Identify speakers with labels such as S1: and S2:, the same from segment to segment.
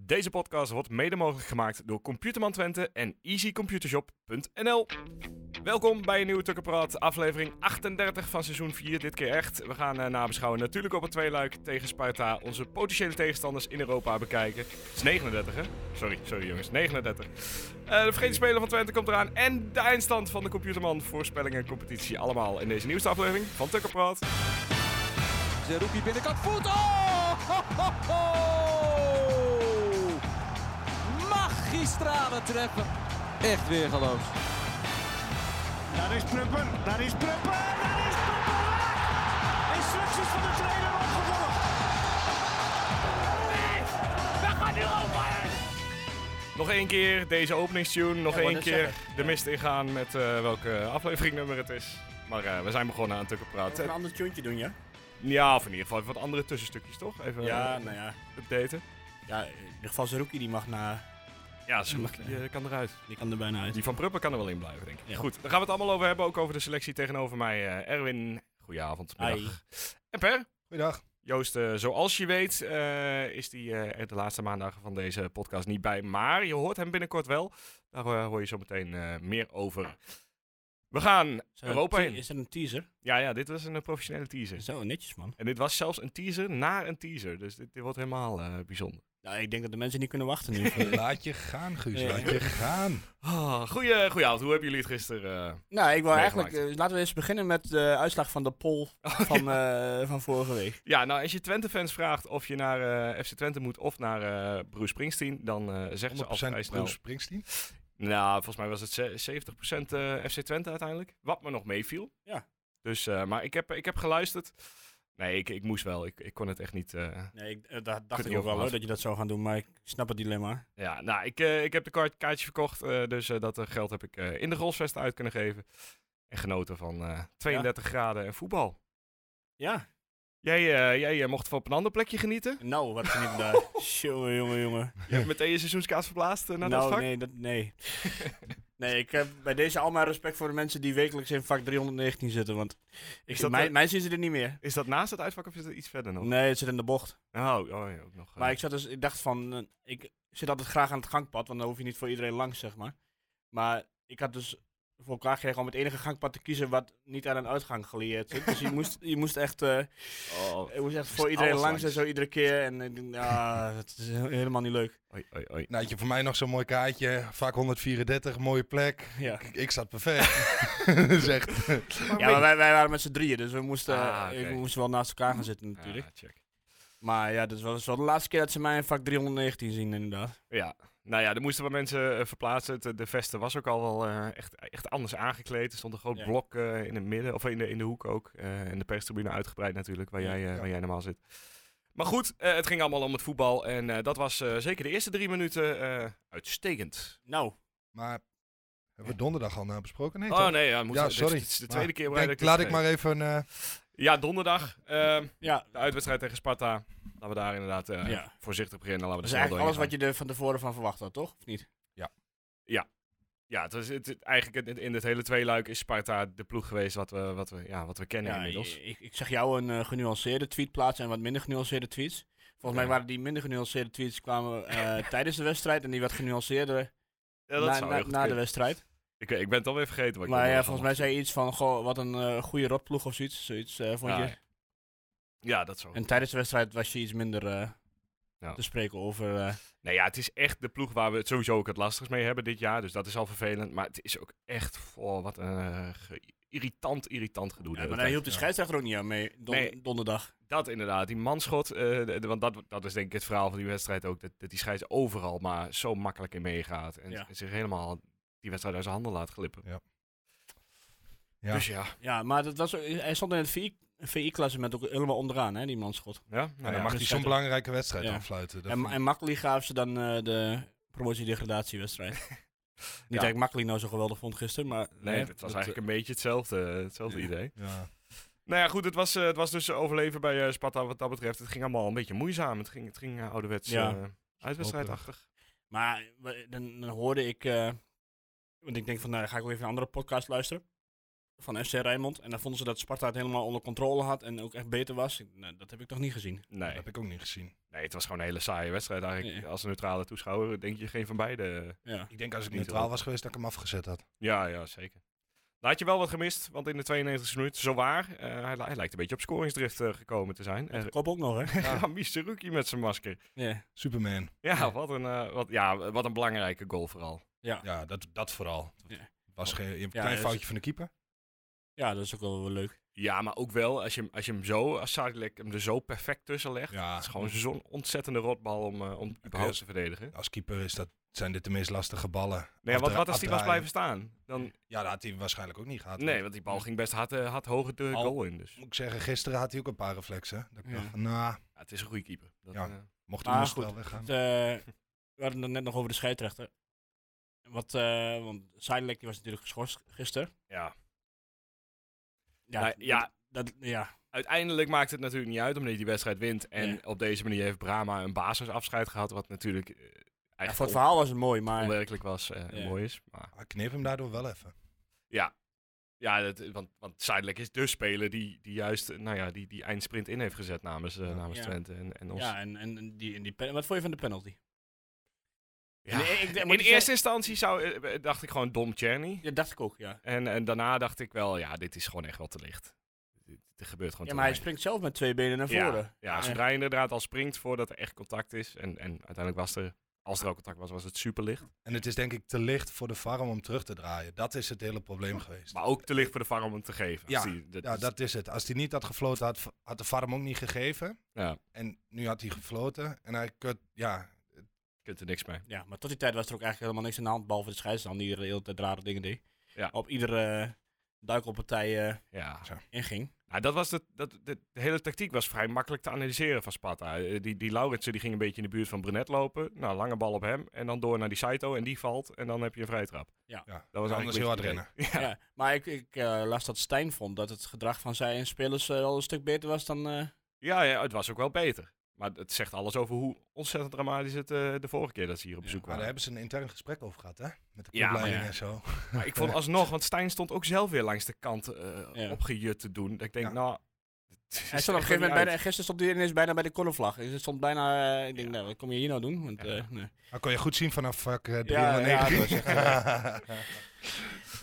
S1: Deze podcast wordt mede mogelijk gemaakt door Computerman Twente en easycomputershop.nl. Welkom bij een nieuwe Tukkenpraat, aflevering 38 van seizoen 4, dit keer echt. We gaan eh, nabeschouwen natuurlijk op het tweeluik tegen Sparta, onze potentiële tegenstanders in Europa bekijken. Het is 39 hè? Sorry, sorry jongens, 39. Eh, de vergeten speler van Twente komt eraan en de eindstand van de Computerman, voorspellingen en competitie allemaal in deze nieuwste aflevering van Tukkenpraat.
S2: Zerouki binnenkant voet. Oh! Ho, ho, ho! Magistrale treppen. Echt weer geloof.
S3: Daar is Prupper, daar is Prupper, daar is Prupper! Instructies van de trainer opgevolgd.
S1: Nog één keer deze openingstune, nog
S4: Ja, ik wou
S1: één
S4: net
S1: keer
S4: zeggen.
S1: de mist ingaan met eh, welke afleveringnummer het is. Maar eh, we zijn begonnen aan
S4: Even
S1: Tukkenpraat.
S4: een ander tuntje doen, ja?
S1: Ja, of in ieder geval even wat andere tussenstukjes, toch? Even
S4: Ja,
S1: eh,
S4: nou ja.
S1: updaten.
S4: ja in ieder geval Zerouki die mag naar...
S1: Ja, zo, je kan eruit.
S4: Die kan er bijna uit.
S1: Die van Pruppen kan er wel in blijven, denk ik.
S4: Ja.
S1: Goed, daar gaan we het allemaal over hebben. Ook over de selectie tegenover mij. eh, Erwin, goedenavond.
S4: Hi.
S1: Middag. En Per,
S5: Goeiedag.
S1: Joost, eh, zoals je weet eh, is die eh, er de laatste maandagen van deze podcast niet bij. Maar je hoort hem binnenkort wel. Daar eh, hoor je zo meteen eh, meer over. We gaan Europa in.
S4: Is er een teaser?
S1: Ja, ja, dit was een eh, professionele teaser.
S4: Zo, netjes man.
S1: En dit was zelfs een teaser naar een teaser. Dus dit, dit wordt helemaal eh, bijzonder.
S4: Nou, ik denk dat de mensen niet kunnen wachten nu.
S5: Laat je gaan, Guus.
S4: Ja.
S5: Laat je gaan.
S1: Ah, goeie, goeie avond. Hoe hebben jullie het gisteren? eh?
S4: nou, ik wil
S1: Meegemaakt.
S4: eigenlijk... eh, laten we eens beginnen met de uitslag van de poll van, eh, van vorige week.
S1: Ja, nou, als je Twente-fans vraagt of je naar eh, FC Twente moet of naar eh, Bruce Springsteen, dan eh zeggen ze al
S5: 100%
S1: vrij snel...
S5: Bruce Springsteen.
S1: Nou, volgens mij was het ze- 70% eh, FC Twente uiteindelijk. Wat me nog meeviel.
S4: Ja.
S1: Dus, eh, maar ik heb, ik heb geluisterd. Nee, ik, ik moest wel. Ik, ik kon het echt niet... eh,
S4: Nee, ik, eh, daar dacht
S1: Kunt
S4: ik ook
S1: heel
S4: wel
S1: veel
S4: hoor, dat je dat zou gaan doen, maar ik snap het dilemma.
S1: Ja, nou, ik, eh, ik heb de kaart, kaartje verkocht. eh, dus eh, dat eh, geld heb ik eh, in de Grolsvest uit kunnen geven. En genoten van eh, 32 graden en voetbal.
S4: Ja,
S1: Jij, eh, jij eh, mocht van op een ander plekje genieten.
S4: nou, wat geniet ik daar. Jongen, jongen, jongen.
S1: Je hebt meteen je seizoenskaart verplaatst eh, naar dat
S4: nou,
S1: vak.
S4: nee, dat, nee. nee, ik heb bij deze al mijn respect voor de mensen die wekelijks in vak 319 zitten, want ik,
S1: Is dat eh,
S4: mijn,
S1: de-
S4: mijn zien ze er niet meer.
S1: Is dat naast het uitvak of is dat iets verder nog?
S4: Nee, het zit in de bocht.
S1: Oh, oh ja, ook nog. eh.
S4: Maar ik, zat dus, ik dacht van, eh, ik zit altijd graag aan het gangpad, want dan hoef je niet voor iedereen langs, zeg maar. Maar ik had dus voor elkaar gekregen om het enige gangpad te kiezen wat niet aan een uitgang gelieerd zit. Dus je moest, je moest echt, eh,
S1: Oh,
S4: je moest echt
S1: alles
S4: voor iedereen langs,
S1: langs.
S4: en zo iedere keer. En ik denk, ah, dat is he- helemaal niet leuk.
S1: oei, oei, oei.
S5: Nou, had je voor mij nog zo'n mooi kaartje. Vak 134, mooie plek.
S4: Ja,
S5: Ik, ik zat perfect. Dat is echt...
S4: ja maar wij, wij waren met z'n drieën, dus we moesten,
S1: Ah,
S4: eh,
S1: oké.
S4: we moesten wel naast elkaar gaan zitten natuurlijk.
S1: Ah, check.
S4: Maar ja, dat was wel de laatste keer dat ze mij in vak 319 zien inderdaad.
S1: Ja, nou ja, er moesten wat mensen eh, verplaatsen. Het, eh, de vesten was ook al wel eh, echt, echt anders aangekleed. Er stond een groot
S4: Ja.
S1: blok eh, in het midden, of in de, in de hoek ook. eh, en de perstribune uitgebreid natuurlijk, waar,
S4: Ja,
S1: jij, eh,
S5: ja.
S1: waar jij normaal zit. Maar goed, eh, het ging allemaal om het voetbal. En eh, dat was eh, zeker de eerste drie minuten eh, uitstekend.
S4: Nou,
S5: Maar hebben we donderdag al nou besproken? Nee,
S1: oh
S5: toch?
S1: nee, ja, moet,
S5: Ja,
S1: dit is-
S5: sorry.
S1: Dit is de
S5: Maar
S1: tweede keer waar
S5: denk,
S1: ik dit
S5: Laat ik
S1: vergeet.
S5: maar even... eh,
S1: Ja, donderdag. ehm,
S4: ja.
S1: de uitwedstrijd tegen Sparta. Laten we daar inderdaad eh,
S4: Ja.
S1: voorzichtig beginnen. Laten we
S4: Dat is
S1: er snel
S4: Dus eigenlijk alles
S1: doorheen
S4: wat je er van tevoren van verwacht had, toch? Of niet?
S1: Ja, het was het, het- eigenlijk het- in het hele tweeluik is Sparta de ploeg geweest wat we, wat we, ja, wat we kennen
S4: Ja,
S1: inmiddels.
S4: ik, ik zag jou een eh, genuanceerde tweet plaatsen en wat minder genuanceerde tweets. Volgens mij
S1: Oké.
S4: waren die minder genuanceerde tweets kwamen eh, tijdens de wedstrijd en die wat genuanceerder
S1: Ja, dat
S4: na,
S1: zou
S4: na-
S1: heel goed
S4: na de
S1: kunnen.
S4: wedstrijd.
S1: ik, ik ben het alweer vergeten. Wat
S4: Maar
S1: ik
S4: ja,
S1: donderdag
S4: volgens mij
S1: allemaal-
S4: zei je iets van, goh, wat een eh, goede rotploeg of zoiets. zoiets eh, vond
S1: Ah, Ja,
S4: je.
S1: ja. Ja, dat zo.
S4: En tijdens de wedstrijd was je iets minder eh,
S1: Ja.
S4: te spreken over... eh,
S1: Nou ja, het is echt de ploeg waar we het sowieso ook het lastigst mee hebben dit jaar. Dus dat is al vervelend. Maar het is ook echt, oh, wat een eh, ge- irritant, irritant gedoe. de
S4: ja,
S1: hele
S4: maar daar
S1: tijd.
S4: hielp de scheidsrechter ook niet aan mee, don-
S1: Nee.
S4: donderdag.
S1: Dat inderdaad, die manschot. eh, de- de- want dat, dat is denk ik het verhaal van die wedstrijd ook. Dat, dat die scheids overal maar zo makkelijk in meegaat. En
S4: Ja.
S1: zich helemaal die wedstrijd uit zijn handen laat glippen.
S5: ja.
S1: Dus ja,
S4: Ja, maar dat was, hij stond in het VI VI-klassement ook helemaal onderaan, hè, die manschot.
S1: ja, nou
S5: Nou,
S1: ja.
S5: dan mag
S4: dus
S5: hij
S4: hij-
S5: zo'n belangrijke wedstrijd
S4: Ja.
S5: afsluiten. Dat
S4: En,
S5: vind ik-
S4: en Makkeli gaven ze dan eh, de promotie-degradatiewedstrijd. Niet dat ik Makkeli nou zo geweldig vond gisteren, maar...
S1: Nee,
S4: hè,
S1: het was
S4: dat,
S1: eigenlijk een beetje hetzelfde, eh, hetzelfde idee.
S5: eh, ja.
S1: Nou ja, goed, het was, eh, het was dus overleven bij eh Sparta wat dat betreft. Het ging allemaal een beetje moeizaam. Het ging, het ging eh, ouderwets
S4: Ja.
S1: eh, uitwedstrijdachtig.
S4: eh, Maar we- dan, dan hoorde ik... eh, want ik denk van, nou, dan ga ik wel even een andere podcast luisteren. van FC Rijnmond. En dan vonden ze dat Sparta het helemaal onder controle had en ook echt beter was. Ik- nou, dat heb ik toch niet gezien.
S5: Dat
S1: Nee.
S5: heb ik ook niet gezien.
S1: nee, het was gewoon een hele saaie wedstrijd eigenlijk.
S4: Ja.
S1: Als een neutrale toeschouwer denk je geen van beide. eh,
S4: Ja.
S5: Ik denk als ik
S1: Niet
S5: neutraal
S1: hoor.
S5: was geweest dat ik hem afgezet had.
S1: Ja, ja, zeker. Nou had je wel wat gemist, want in de 92e minuut, zowaar, eh hij, li- hij lijkt een beetje op scoringsdrift eh, gekomen te zijn. En
S4: Kop ook nog, hè?
S1: Rami Seruki met zijn masker.
S4: Ja.
S5: Superman.
S1: Ja, wat een, eh, wat, ja, wat een belangrijke goal vooral.
S5: Ja, dat, dat vooral.
S4: Ja.
S5: Was geen een
S4: Ja,
S5: klein
S4: dus-
S5: foutje van de keeper.
S4: ja, dat is ook wel weer leuk.
S1: Ja, maar ook wel, als je, hem- als je hem zo, als Sadilek hem er zo perfect tussen legt,
S5: Ja.
S1: het is gewoon zo'n ontzettende rotbal om, eh, om überhaupt te verdedigen.
S5: Als keeper is dat, zijn dit de meest lastige ballen.
S1: Nee, wat,
S5: Afdra-
S1: wat als die was
S5: afdraaien.
S1: blijven staan? Dan,
S5: Ja, dat had hij waarschijnlijk ook niet gehad.
S1: nee, want die bal ging best hard, eh, hard hoger de
S5: Al-
S1: goal in. Dus
S5: Moet ik zeggen, gisteren had hij ook een paar reflexen. Dat ik
S4: Ja.
S5: dacht van, nou,
S1: ja, het is een goede keeper. Dat,
S5: Ja.
S1: eh,
S5: mocht
S4: Maar
S5: hij nog
S4: goed,
S5: wel weggaan.
S4: Het, eh, we hadden het net nog over de scheidsrechter. Wat, eh, want Seidelijk die was natuurlijk geschorst gisteren.
S1: ja.
S4: Ja,
S1: Nou, ja.
S4: Dat, dat- ja.
S1: Uiteindelijk maakt het natuurlijk niet uit omdat je die wedstrijd wint. En
S4: Nee.
S1: op deze manier heeft Brahma een basisafscheid gehad, wat natuurlijk eh,
S4: ja, voor
S1: eigenlijk
S4: het verhaal was het mooi,
S1: on-
S4: maar
S1: onwerkelijk was eh, en
S4: Ja.
S1: mooi is. Maar
S5: Ik kneep hem daardoor wel even.
S1: ja, dat, want, want Seidelijk is de speler die, die juist eh, nou ja, die, die eindsprint in heeft gezet namens, eh,
S5: Ja.
S1: namens
S4: Ja.
S1: Twente en, en ons.
S4: Ja, en, en en die, en die pen- wat vond je van de penalty?
S1: Ja.
S4: Nee, ik- ik- maar
S1: in
S4: die
S1: eerste instantie zou, eh, dacht ik gewoon dom Czerny.
S4: Ja, dacht ik ook, ja.
S1: En, en daarna dacht ik wel, ja, dit is gewoon echt wel te licht. Dit- Er gebeurt gewoon
S4: Ja,
S1: te
S4: maar hij
S1: weinig.
S4: springt zelf met twee benen naar
S1: Ja,
S4: voren.
S1: Ja, zodra je inderdaad al springt voordat er echt contact is. En, en uiteindelijk was er, als er ook contact was, was het superlicht.
S5: En het is denk ik te licht voor de farm om terug te draaien. Dat is het hele probleem geweest.
S1: Maar ook te licht voor de farm om hem te geven.
S5: Ja,
S1: Als die- dat
S5: ja,
S1: is-
S5: dat is het. Als hij niet had gefloten, had, v- had de farm ook niet gegeven.
S1: ja, je
S5: En nu had hij gefloten. En hij kut, ja,
S1: kunt er niks mee.
S4: Ja, maar tot die tijd was er ook eigenlijk helemaal niks aan de hand, behalve de scheidsrechter die de hele tijd rare dingen deed.
S1: Ja.
S4: Op iedere eh, duikelpartij eh
S1: Ja.
S4: inging.
S1: Nou, dat was de, dat, de, de hele tactiek was vrij makkelijk te analyseren van Sparta. Eh, Die, die Lauritsen die ging een beetje in de buurt van Brenet lopen. Nou, lange bal op hem. En dan door naar die Saito. En die valt. En dan heb je een vrije trap.
S5: ja.
S1: Dat was
S5: anders
S1: eigenlijk
S5: heel hard
S1: een beetje
S5: rennen.
S1: het idee.
S4: Ja.
S1: Ja.
S4: maar ik, ik eh, las dat Stijn vond dat het gedrag van zij en spelers eh, al een stuk beter was dan... eh,
S1: Ja, ja, het was ook wel beter. Maar het zegt alles over hoe ontzettend dramatisch het eh, de vorige keer dat ze hier op
S4: Ja,
S1: bezoek
S5: Maar daar
S1: waren.
S5: hebben ze een intern gesprek over gehad, hè? Met de
S1: Ja, maar
S5: clubleiding
S4: ja.
S5: en zo.
S1: Maar ik vond alsnog, want Stijn stond ook zelf weer langs de kant eh
S4: Ja.
S1: opgejut te doen. Dat ik denk,
S5: Ja.
S1: nou...
S4: hij stond op een gegeven moment bijna, gisteren stond hij ineens bijna bij de cornervlag. Hij stond bijna... eh, ik denk, nou, wat kom je hier nou doen? Want,
S1: Ja.
S4: eh, nee.
S5: Dat kon je goed zien vanaf vak eh,
S4: Ja, ja,
S5: 390.
S1: eh.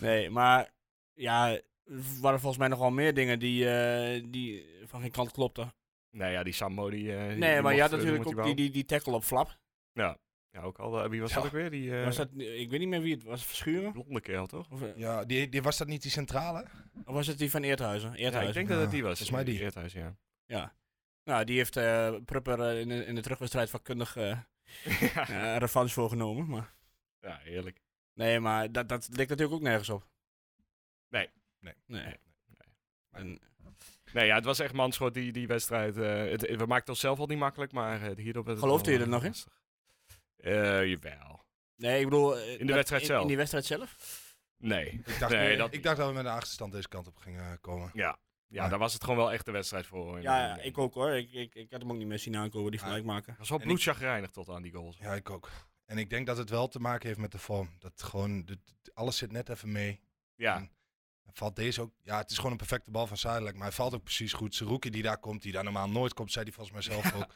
S4: Nee, maar ja, er waren volgens mij nog wel meer dingen die, eh, die van geen kant klopten.
S1: Nee, ja, die Sambo die... eh, die-
S4: Nee,
S1: die
S4: maar je
S1: mocht,
S4: had
S1: eh,
S4: natuurlijk
S1: doen
S4: ook die,
S1: wat hij
S4: die, die tackle op flap.
S1: wou. Ja, ook al. eh, wie was
S5: Ja.
S1: dat ook weer? Die eh,
S4: Was dat, ik weet niet meer wie het was, Verschuren?
S1: blonde kerel, toch?
S4: Of, eh,
S5: ja, die, die, was dat niet die centrale?
S4: of was het die van Eerthuizen?
S1: Ja,
S4: Eerthuizen.
S1: ik denk
S5: Ja,
S1: dat het die was.
S5: volgens mij die.
S1: Eerthuis, ja.
S4: Ja. Nou, die heeft eh Prupper eh, in, de- in de terugwedstrijd vakkundig eh
S1: ja.
S4: eh, revanche voorgenomen. Maar...
S1: ja, heerlijk.
S4: Nee, maar dat, dat ligt natuurlijk ook nergens op.
S1: Nee.
S5: Nee.
S4: Nee. En,
S1: Nee, ja, het was echt manschot, die, die wedstrijd. eh, het, we maakten onszelf al niet makkelijk, maar eh, hierdoor werd het
S4: Geloofde
S1: wel,
S4: je er
S1: eh,
S4: nog in?
S1: lastig. Eh, jawel.
S4: nee, ik bedoel... eh,
S1: de
S4: dat-
S1: wedstrijd
S4: in-
S1: zelf.
S4: In die wedstrijd zelf?
S1: Nee.
S5: Ik dacht,
S1: Nee,
S5: nee,
S1: dat
S5: ik dacht dat we met een achterstand deze kant op gingen eh, komen.
S1: Ja. Ja,
S5: Maar-
S1: daar was het gewoon wel echt de wedstrijd voor.
S4: Ja, ja, ik ook hoor. Ik, ik, ik had hem ook niet meer zien aankomen, die
S5: Ja.
S4: gelijk maken.
S1: Ik was wel
S5: En ik-
S1: bloedchagrijnig tot aan die goals.
S5: Ja, ik ook. En ik denk dat het wel te maken heeft met de vorm. Dat gewoon, de- de- alles zit net even mee.
S1: Ja,
S5: Valt deze ook? Ja, het is gewoon een perfecte bal van Zuidelijk, maar hij valt ook precies goed. Seruki die daar komt, die daar normaal nooit komt, zei hij volgens mij zelf ook.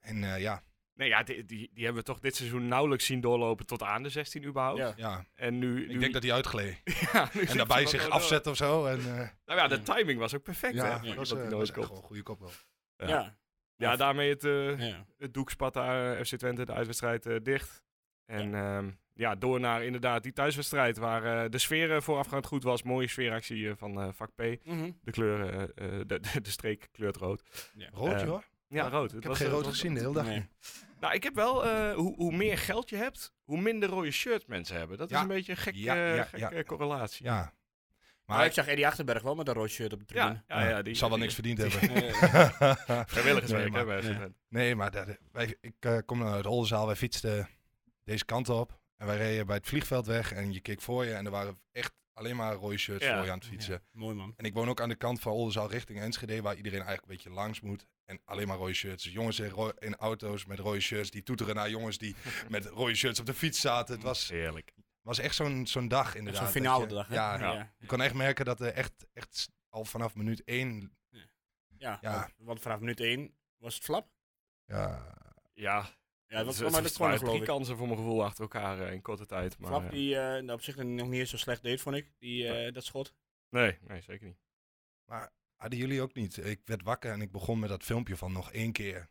S5: En eh, ja,
S1: nee, ja die, die, die hebben we toch dit seizoen nauwelijks zien doorlopen tot aan de 16 überhaupt.
S4: Ja.
S5: ja,
S1: En nu... nu
S5: ik denk dat hij uitgleed.
S1: ja, nu
S5: En
S1: zit
S5: daarbij
S1: hij
S5: zich
S1: wel-
S5: afzet of zo. En, eh,
S1: Nou ja, de timing was ook perfect.
S5: ja,
S1: hè?
S5: dat
S1: Dat
S5: was,
S1: hij
S5: eh,
S1: nooit
S5: was echt
S1: komt.
S5: gewoon een goede kopbal.
S1: Ja.
S4: Ja.
S1: Ja, daarmee het, eh,
S4: ja.
S1: het doek spat daar eh, FC Twente de uitwedstrijd eh, dicht. En ja. ja, door naar inderdaad die thuiswedstrijd waar eh, de sfeer eh, voorafgaand goed was. Mooie sfeeractie eh, van eh, vak P.
S4: Mhm.
S1: De kleur, eh, eh, de, de, de streek kleurt rood.
S5: Rood,
S1: Eh,
S5: hoor.
S1: Ja,
S5: Ja,
S1: rood. Het
S5: Ik heb
S1: was,
S5: geen
S1: eh,
S5: rood
S1: was-
S5: gezien de hele dag.
S4: Nee.
S1: Nou, ik heb wel, eh, hoe, hoe meer geld je hebt, hoe minder rode shirt mensen hebben. Dat
S5: Ja.
S1: is een beetje een gek,
S5: Ja,
S1: eh,
S5: ja,
S1: gekke
S5: ja.
S1: eh, correlatie.
S5: Ja. Maar,
S4: Maar ik zag Eddie Achterberg wel met een rood shirt op de tribune.
S1: ja, ja,
S5: ja,
S1: die
S5: zal wel
S1: die-
S5: niks verdiend hebben.
S4: Eh,
S1: Vrijwilligerswerk
S5: Nee, maar-
S1: hebben.
S4: ja.
S5: Nee, maar daar- wij, ik eh, kom uit Oldenzaal. Wij fietsten deze kant op. En wij reden bij het vliegveld weg. En je keek voor je. En er waren echt alleen maar rode shirts
S1: Ja.
S5: voor je aan het fietsen.
S4: mooi man.
S5: En ik woon ook aan de kant van Oldenzaal richting Enschede. Waar iedereen eigenlijk een beetje langs moet. En alleen maar rode shirts. Dus jongens in, ro- in auto's met rode shirts. Die toeteren naar jongens die met rode shirts op de fiets zaten. Het was
S1: Heerlijk.
S5: was echt zo'n zo'n dag inderdaad.
S4: Zo'n
S5: dat
S4: finale
S5: je-
S4: dag, hè?
S5: Ja,
S4: ja.
S5: je kon echt merken dat er echt, echt al vanaf minuut één...
S4: Ja,
S5: Ja.
S4: want- want vanaf minuut 1 was het flap.
S5: Ja,
S1: Ja,
S4: Ja, dat was
S1: het-
S4: wel maar
S1: het
S4: de corner,
S1: waren
S4: geloof
S1: drie
S4: ik.
S1: kansen voor mijn gevoel achter elkaar eh, in korte tijd. Maar,
S4: Flap
S1: eh,
S4: die eh, nou, op zich nog niet eens zo slecht deed, vond ik, die, eh, dat schot.
S1: nee, nee, zeker niet.
S5: hadden jullie ook niet. Ik werd wakker en ik begon met dat filmpje van nog één keer.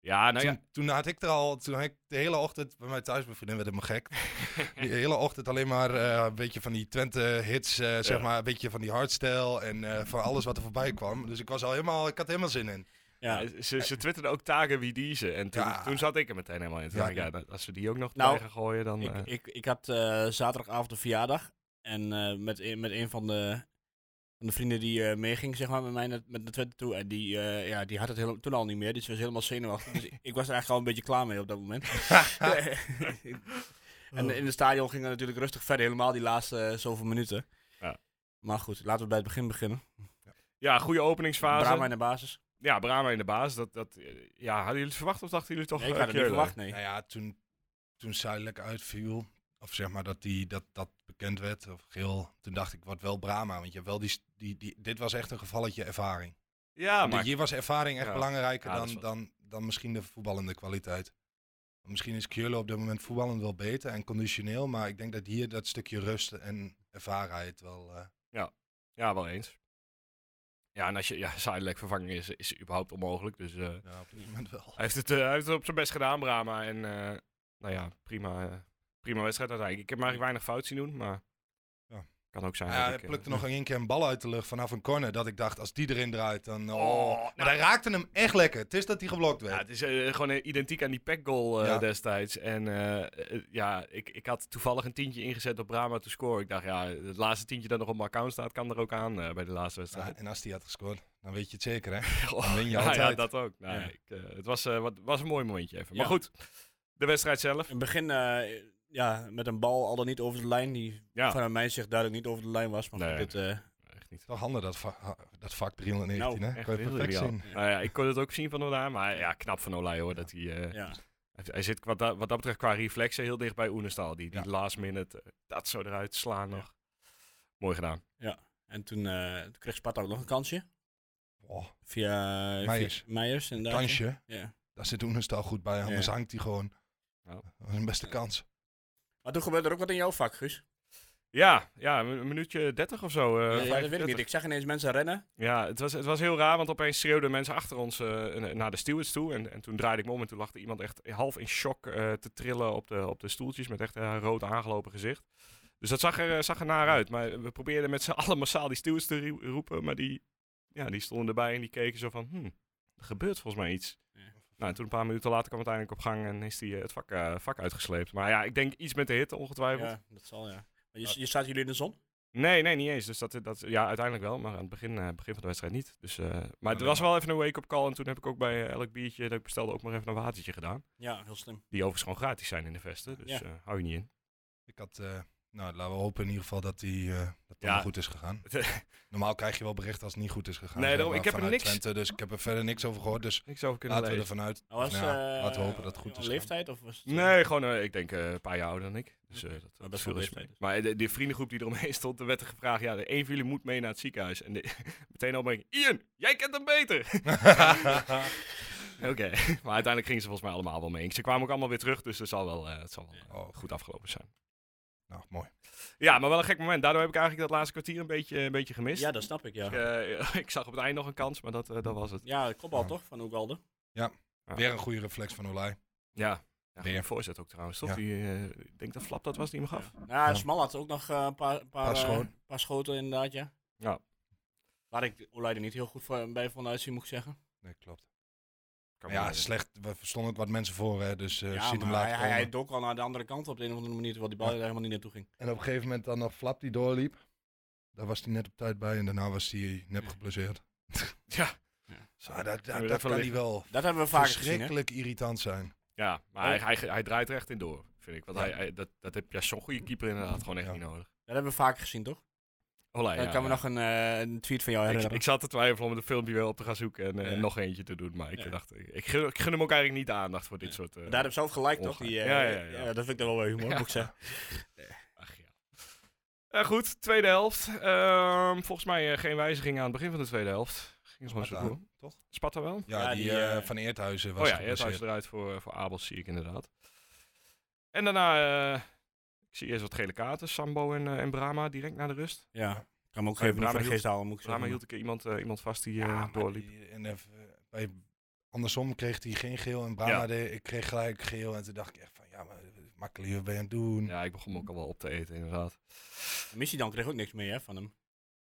S1: Ja, nou ja.
S5: toen, toen had ik er al... Toen had ik de hele ochtend bij mij thuis, mijn vriendin werd helemaal gek. Die hele ochtend alleen maar eh, een beetje van die Twente-hits, eh, zeg
S1: Ja.
S5: maar. Een beetje van die hardstyle en eh, van alles wat er voorbij kwam. Dus ik was al helemaal... Ik had er helemaal zin in.
S4: Ja.
S1: Ze, ze twitterden ook tagen wie die ze. En toen,
S5: Ja.
S1: toen zat ik er meteen helemaal in. Toen
S5: Ja.
S1: dacht ik, ja, dat- als we die ook nog
S4: Nou,
S1: bij gaan gooien, dan... eh,
S4: Ik, ik, ik had eh, zaterdagavond een verjaardag. En eh, met, een, met een van de, van de vrienden die eh, meeging, zeg maar, met mij naar- met de Twente toe. En die, eh, ja, die had het heel, toen al niet meer, dus ze was helemaal zenuwachtig. dus ik, ik was er eigenlijk al een beetje klaar mee op dat moment. en in het stadion ging het natuurlijk rustig verder, helemaal die laatste eh, zoveel minuten.
S1: Ja.
S4: Maar goed, laten we bij het begin beginnen.
S1: ja, goede openingsfase.
S4: Brahma in de basis.
S1: Ja, Brahma in de baas. Dat, dat, eh, ja, hadden jullie het verwacht of dachten jullie toch...
S4: nee, ik
S1: eh,
S4: had het niet
S1: Keulen?
S4: verwacht, nee.
S5: Nou ja, toen, toen Zuidelijk uitviel, of zeg maar dat, die, dat dat bekend werd, of geel, toen dacht ik, wat wel Brahma. Want je hebt wel die, st- die, die, dit was echt een gevalletje ervaring.
S1: Ja, maar...
S5: Hier was ervaring echt
S1: Ja.
S5: belangrijker
S1: Ja, dat
S5: dan,
S1: is wel-
S5: dan, dan misschien de voetballende kwaliteit. Want Misschien is Keulen op dit moment voetballend wel beter en conditioneel, maar ik denk dat hier dat stukje rust en ervarenheid wel... eh,
S1: Ja, wel eens. Ja, en als je... Ja, Sidelijk vervangen is, is überhaupt onmogelijk. Dus eh,
S5: ja, op dit moment wel.
S1: hij, heeft het, eh, hij heeft het op zijn best gedaan, Brahma. En eh, nou ja, prima, eh, prima wedstrijd uiteindelijk. Ik heb hem eigenlijk weinig fout zien doen, maar...
S5: Ja.
S1: Kan ook zijn
S5: Ja,
S1: dat
S5: hij
S1: ik, eh,
S5: plukte nog één keer een bal uit de lucht vanaf een corner. Dat ik dacht, als die erin draait, dan... Oh.
S1: Oh,
S5: maar
S1: nou-
S5: hij raakte hem echt lekker. Het is dat hij geblokt werd.
S1: Ja, het is eh, gewoon eh, identiek aan die packgoal eh
S5: Ja.
S1: destijds. En eh, eh, ja, ik, ik had toevallig een tientje ingezet op Brahma te scoren. Ik dacht, ja, het laatste tientje dat nog op mijn account staat, kan er ook aan eh, bij de laatste
S5: Ja,
S1: wedstrijd.
S5: en als die had gescoord, dan weet je het zeker, hè?
S1: Oh,
S5: dan win je
S1: ja, ja,
S5: altijd.
S1: dat ook. Nou,
S4: Ja.
S1: ik, eh, het was, eh, wat, was een mooi momentje even. Maar
S4: Ja.
S1: goed, de wedstrijd zelf.
S4: In het begin, eh, ja, met een bal al dan niet over de lijn, die
S1: Ja,
S4: vanuit mijn zicht duidelijk niet over de lijn was. Maar
S1: Nee.
S4: goed, dit, eh,
S1: echt niet.
S5: Toch handig dat, va- dat vak 319,
S4: Nou,
S5: hè?
S1: Echt
S5: Kan je
S1: heel
S5: perfect
S1: ideaal.
S5: zien.
S1: Nou ja, ik kon het ook zien van Olij, maar ja, knap van Olij hoor. Dat hij, eh,
S4: ja.
S1: hij- hij zit wat, dat- wat dat betreft qua reflexen heel dicht bij Oenestal. Die, die
S5: Ja.
S1: last minute, eh, dat zo eruit slaan nog. Mooi gedaan.
S4: En toen eh, toen kreeg Sparta ook nog een kansje.
S5: Oh,
S4: Via eh,
S5: Meijers.
S4: via Meijers inderdaad.
S5: kansje.
S4: Ja.
S5: Daar zit Oenestal goed bij, anders
S4: Ja.
S5: hangt hij gewoon.
S1: Ja.
S5: Dat was een beste kans.
S4: Maar toen gebeurde er ook wat in jouw vak,
S5: Eh,
S4: Guus.
S1: Ja, ja, een een minuutje 30 of zo. eh,
S4: Ja, ja, dat weet ik
S1: 35.
S4: niet. Ik zag ineens mensen rennen.
S1: Ja, het was, het was heel raar, want opeens schreeuwden mensen achter ons eh, na- naar de stewards toe. En, en toen draaide ik me om en toen lag er iemand echt half in shock eh, te trillen op de, op de stoeltjes met echt een rood aangelopen gezicht. Dus dat zag er, eh, zag er naar uit. Maar we probeerden met z'n allen massaal die stewards te rie- roepen, maar die, ja, die stonden erbij en die keken zo van, hmm, er gebeurt volgens mij iets.
S4: Ja.
S1: Nou, en toen een paar minuten later kwam het uiteindelijk op gang en is die eh, het vak, eh, vak uitgesleept. Maar ja, ik denk iets met de hitte ongetwijfeld.
S4: Ja, dat zal ja. Maar je, je zaten jullie in de zon?
S1: Nee, nee, niet eens. Dus dat, dat, ja, uiteindelijk wel, maar aan het begin, eh, begin van de wedstrijd niet. Dus, eh, maar het
S5: nee.
S1: was wel even een wake-up call. En toen heb ik ook bij eh, elk biertje dat ik bestelde ook maar even een watertje gedaan.
S4: Ja, heel slim.
S1: Die overigens gewoon gratis zijn in de vesten. Dus
S4: Ja.
S1: eh, hou je niet in.
S5: Ik had, eh, nou, laten we hopen in ieder geval dat hij eh, dat het
S1: Ja.
S5: goed is gegaan. Normaal krijg je wel bericht als het niet goed is gegaan.
S1: Nee,
S5: zeg
S1: daarom,
S5: maar,
S1: ik heb er
S5: vanuit
S1: niks-
S5: Twente, dus ik heb er verder niks over gehoord. Dus
S1: Niks over kunnen
S5: laten we
S1: lezen.
S5: ervan uit.
S4: Maar Was,
S5: nou ja,
S4: eh,
S5: laten we hopen dat het goed
S4: jouw
S5: is
S4: leeftijd of was het, eh,
S1: Nee, gewoon, eh, ik denk eh, een paar jaar ouder dan ik. Dus eh, dat, dat
S4: best
S1: viel
S4: wel
S1: dus
S4: leeftijd
S1: mee.
S4: dus.
S1: Maar de, die vriendengroep die eromheen stond, er werd er gevraagd, ja, de een van jullie moet mee naar het ziekenhuis. En de, meteen al ben ik, Ian, jij kent hem beter! Oké, maar uiteindelijk gingen ze volgens mij allemaal wel mee. Ze kwamen ook allemaal weer terug, dus het zal wel, eh, het zal wel eh,
S5: Oh,
S1: goed afgelopen zijn.
S5: nou, mooi.
S1: Ja, maar wel een gek moment. Daardoor heb ik eigenlijk dat laatste kwartier een beetje, een beetje gemist.
S4: Ja, dat snap ik, ja.
S1: ik, eh, ik zag op het eind nog een kans, maar dat, eh, dat was het.
S4: Ja, de kopbal
S5: Ja.
S4: toch, van Oegalde.
S1: Ja.
S5: Weer een goede reflex van Olij.
S1: Ja. ja
S5: Weer.
S1: goede voorzet ook trouwens, toch?
S5: Ja.
S1: Die, eh, ik denk dat Flap dat was die hem gaf.
S4: Ja, ja. Smal had ook nog eh, een paar, een paar,
S5: Paar
S4: eh,
S5: schoon.
S4: paar schoten inderdaad, ja.
S1: Ja.
S4: Waar ik Olij er niet heel goed voor, bij vond uitzien, moet ik zeggen.
S5: Nee, klopt.
S1: Kan
S5: ja,
S1: wel. eh,
S5: slecht. We stonden ook wat mensen voor, hè, dus eh
S4: ja,
S5: ziet hem
S4: maar
S5: laten
S4: hij,
S5: komen.
S4: hij dook al naar de andere kant op de een of andere manier, terwijl die bal
S5: Ja.
S4: er helemaal niet naartoe ging.
S5: En op een gegeven moment dan nog Flap die doorliep. Daar was hij net op tijd bij en daarna was hij nep geblesseerd.
S1: Ja.
S5: Zo, dat dat,
S1: Kunnen we
S5: dat
S1: dat wel
S5: kan
S1: liggen?
S5: hij wel
S4: Dat hebben we vaker gezien, hè?
S5: verschrikkelijk irritant zijn.
S1: Ja, maar hij,
S5: Oh.
S1: hij, hij draait er echt in door, vind ik. Want hij, hij- dat, dat heb je zo'n goede keeper inderdaad gewoon echt
S5: Ja.
S1: niet nodig.
S4: Dat hebben we vaker gezien, toch?
S1: Olé,
S4: Dan
S1: ja,
S4: kan me
S1: ja.
S4: nog een, eh, een tweet van jou
S1: Ik,
S4: herinneren.
S1: ik zat te twijfelen om het filmpje wel op te gaan zoeken en, eh,
S4: Ja.
S1: nog eentje te doen. Maar ik
S4: Ja.
S1: dacht, ik, ik gun, ik gun hem ook eigenlijk niet de aandacht voor dit
S4: Ja.
S1: soort... eh,
S4: Daar heb ik zelf gelijk, toch?
S1: Ongeveer.
S4: Die, eh,
S1: Ja,
S4: ja,
S1: ja, ja.
S4: dat vind ik dan wel weer humor, moet ik zeggen.
S1: ach, Eh, goed, tweede helft. Ehm, volgens mij eh, geen wijziging aan het begin van de tweede helft. Ging gewoon zo
S5: Sparta,
S1: door. Toch? Sparta wel?
S5: Ja,
S4: Ja,
S5: die,
S4: die,
S5: eh,
S4: eh,
S5: van Eerthuizen was
S1: Oh ja,
S5: geblesseerd.
S1: eerst huis eruit voor, eh, voor Abels zie ik inderdaad. En daarna, eh ik zie eerst wat gele kaarten. Sambo en, eh, en Brahma direct naar de rust.
S4: Ja, ik kan me ook
S1: Maar
S4: even niet
S1: Brahma
S4: van de
S1: hield-
S4: geest halen, moet ik
S1: Brahma
S4: zeggen.
S1: hield ik iemand, eh, iemand vast die eh,
S5: Ja, Ah, maar
S1: doorliep.
S5: die- en even, bij, andersom kreeg hij geen geel en Brahma
S1: Ja.
S5: deed- ik kreeg gelijk geel. En toen dacht ik echt van, ja, maar eh, makkelijk, wat ben je aan het doen?
S1: Ja, ik begon me ook al wel op te eten inderdaad.
S4: Missie dan kreeg ook niks meer hè, van hem.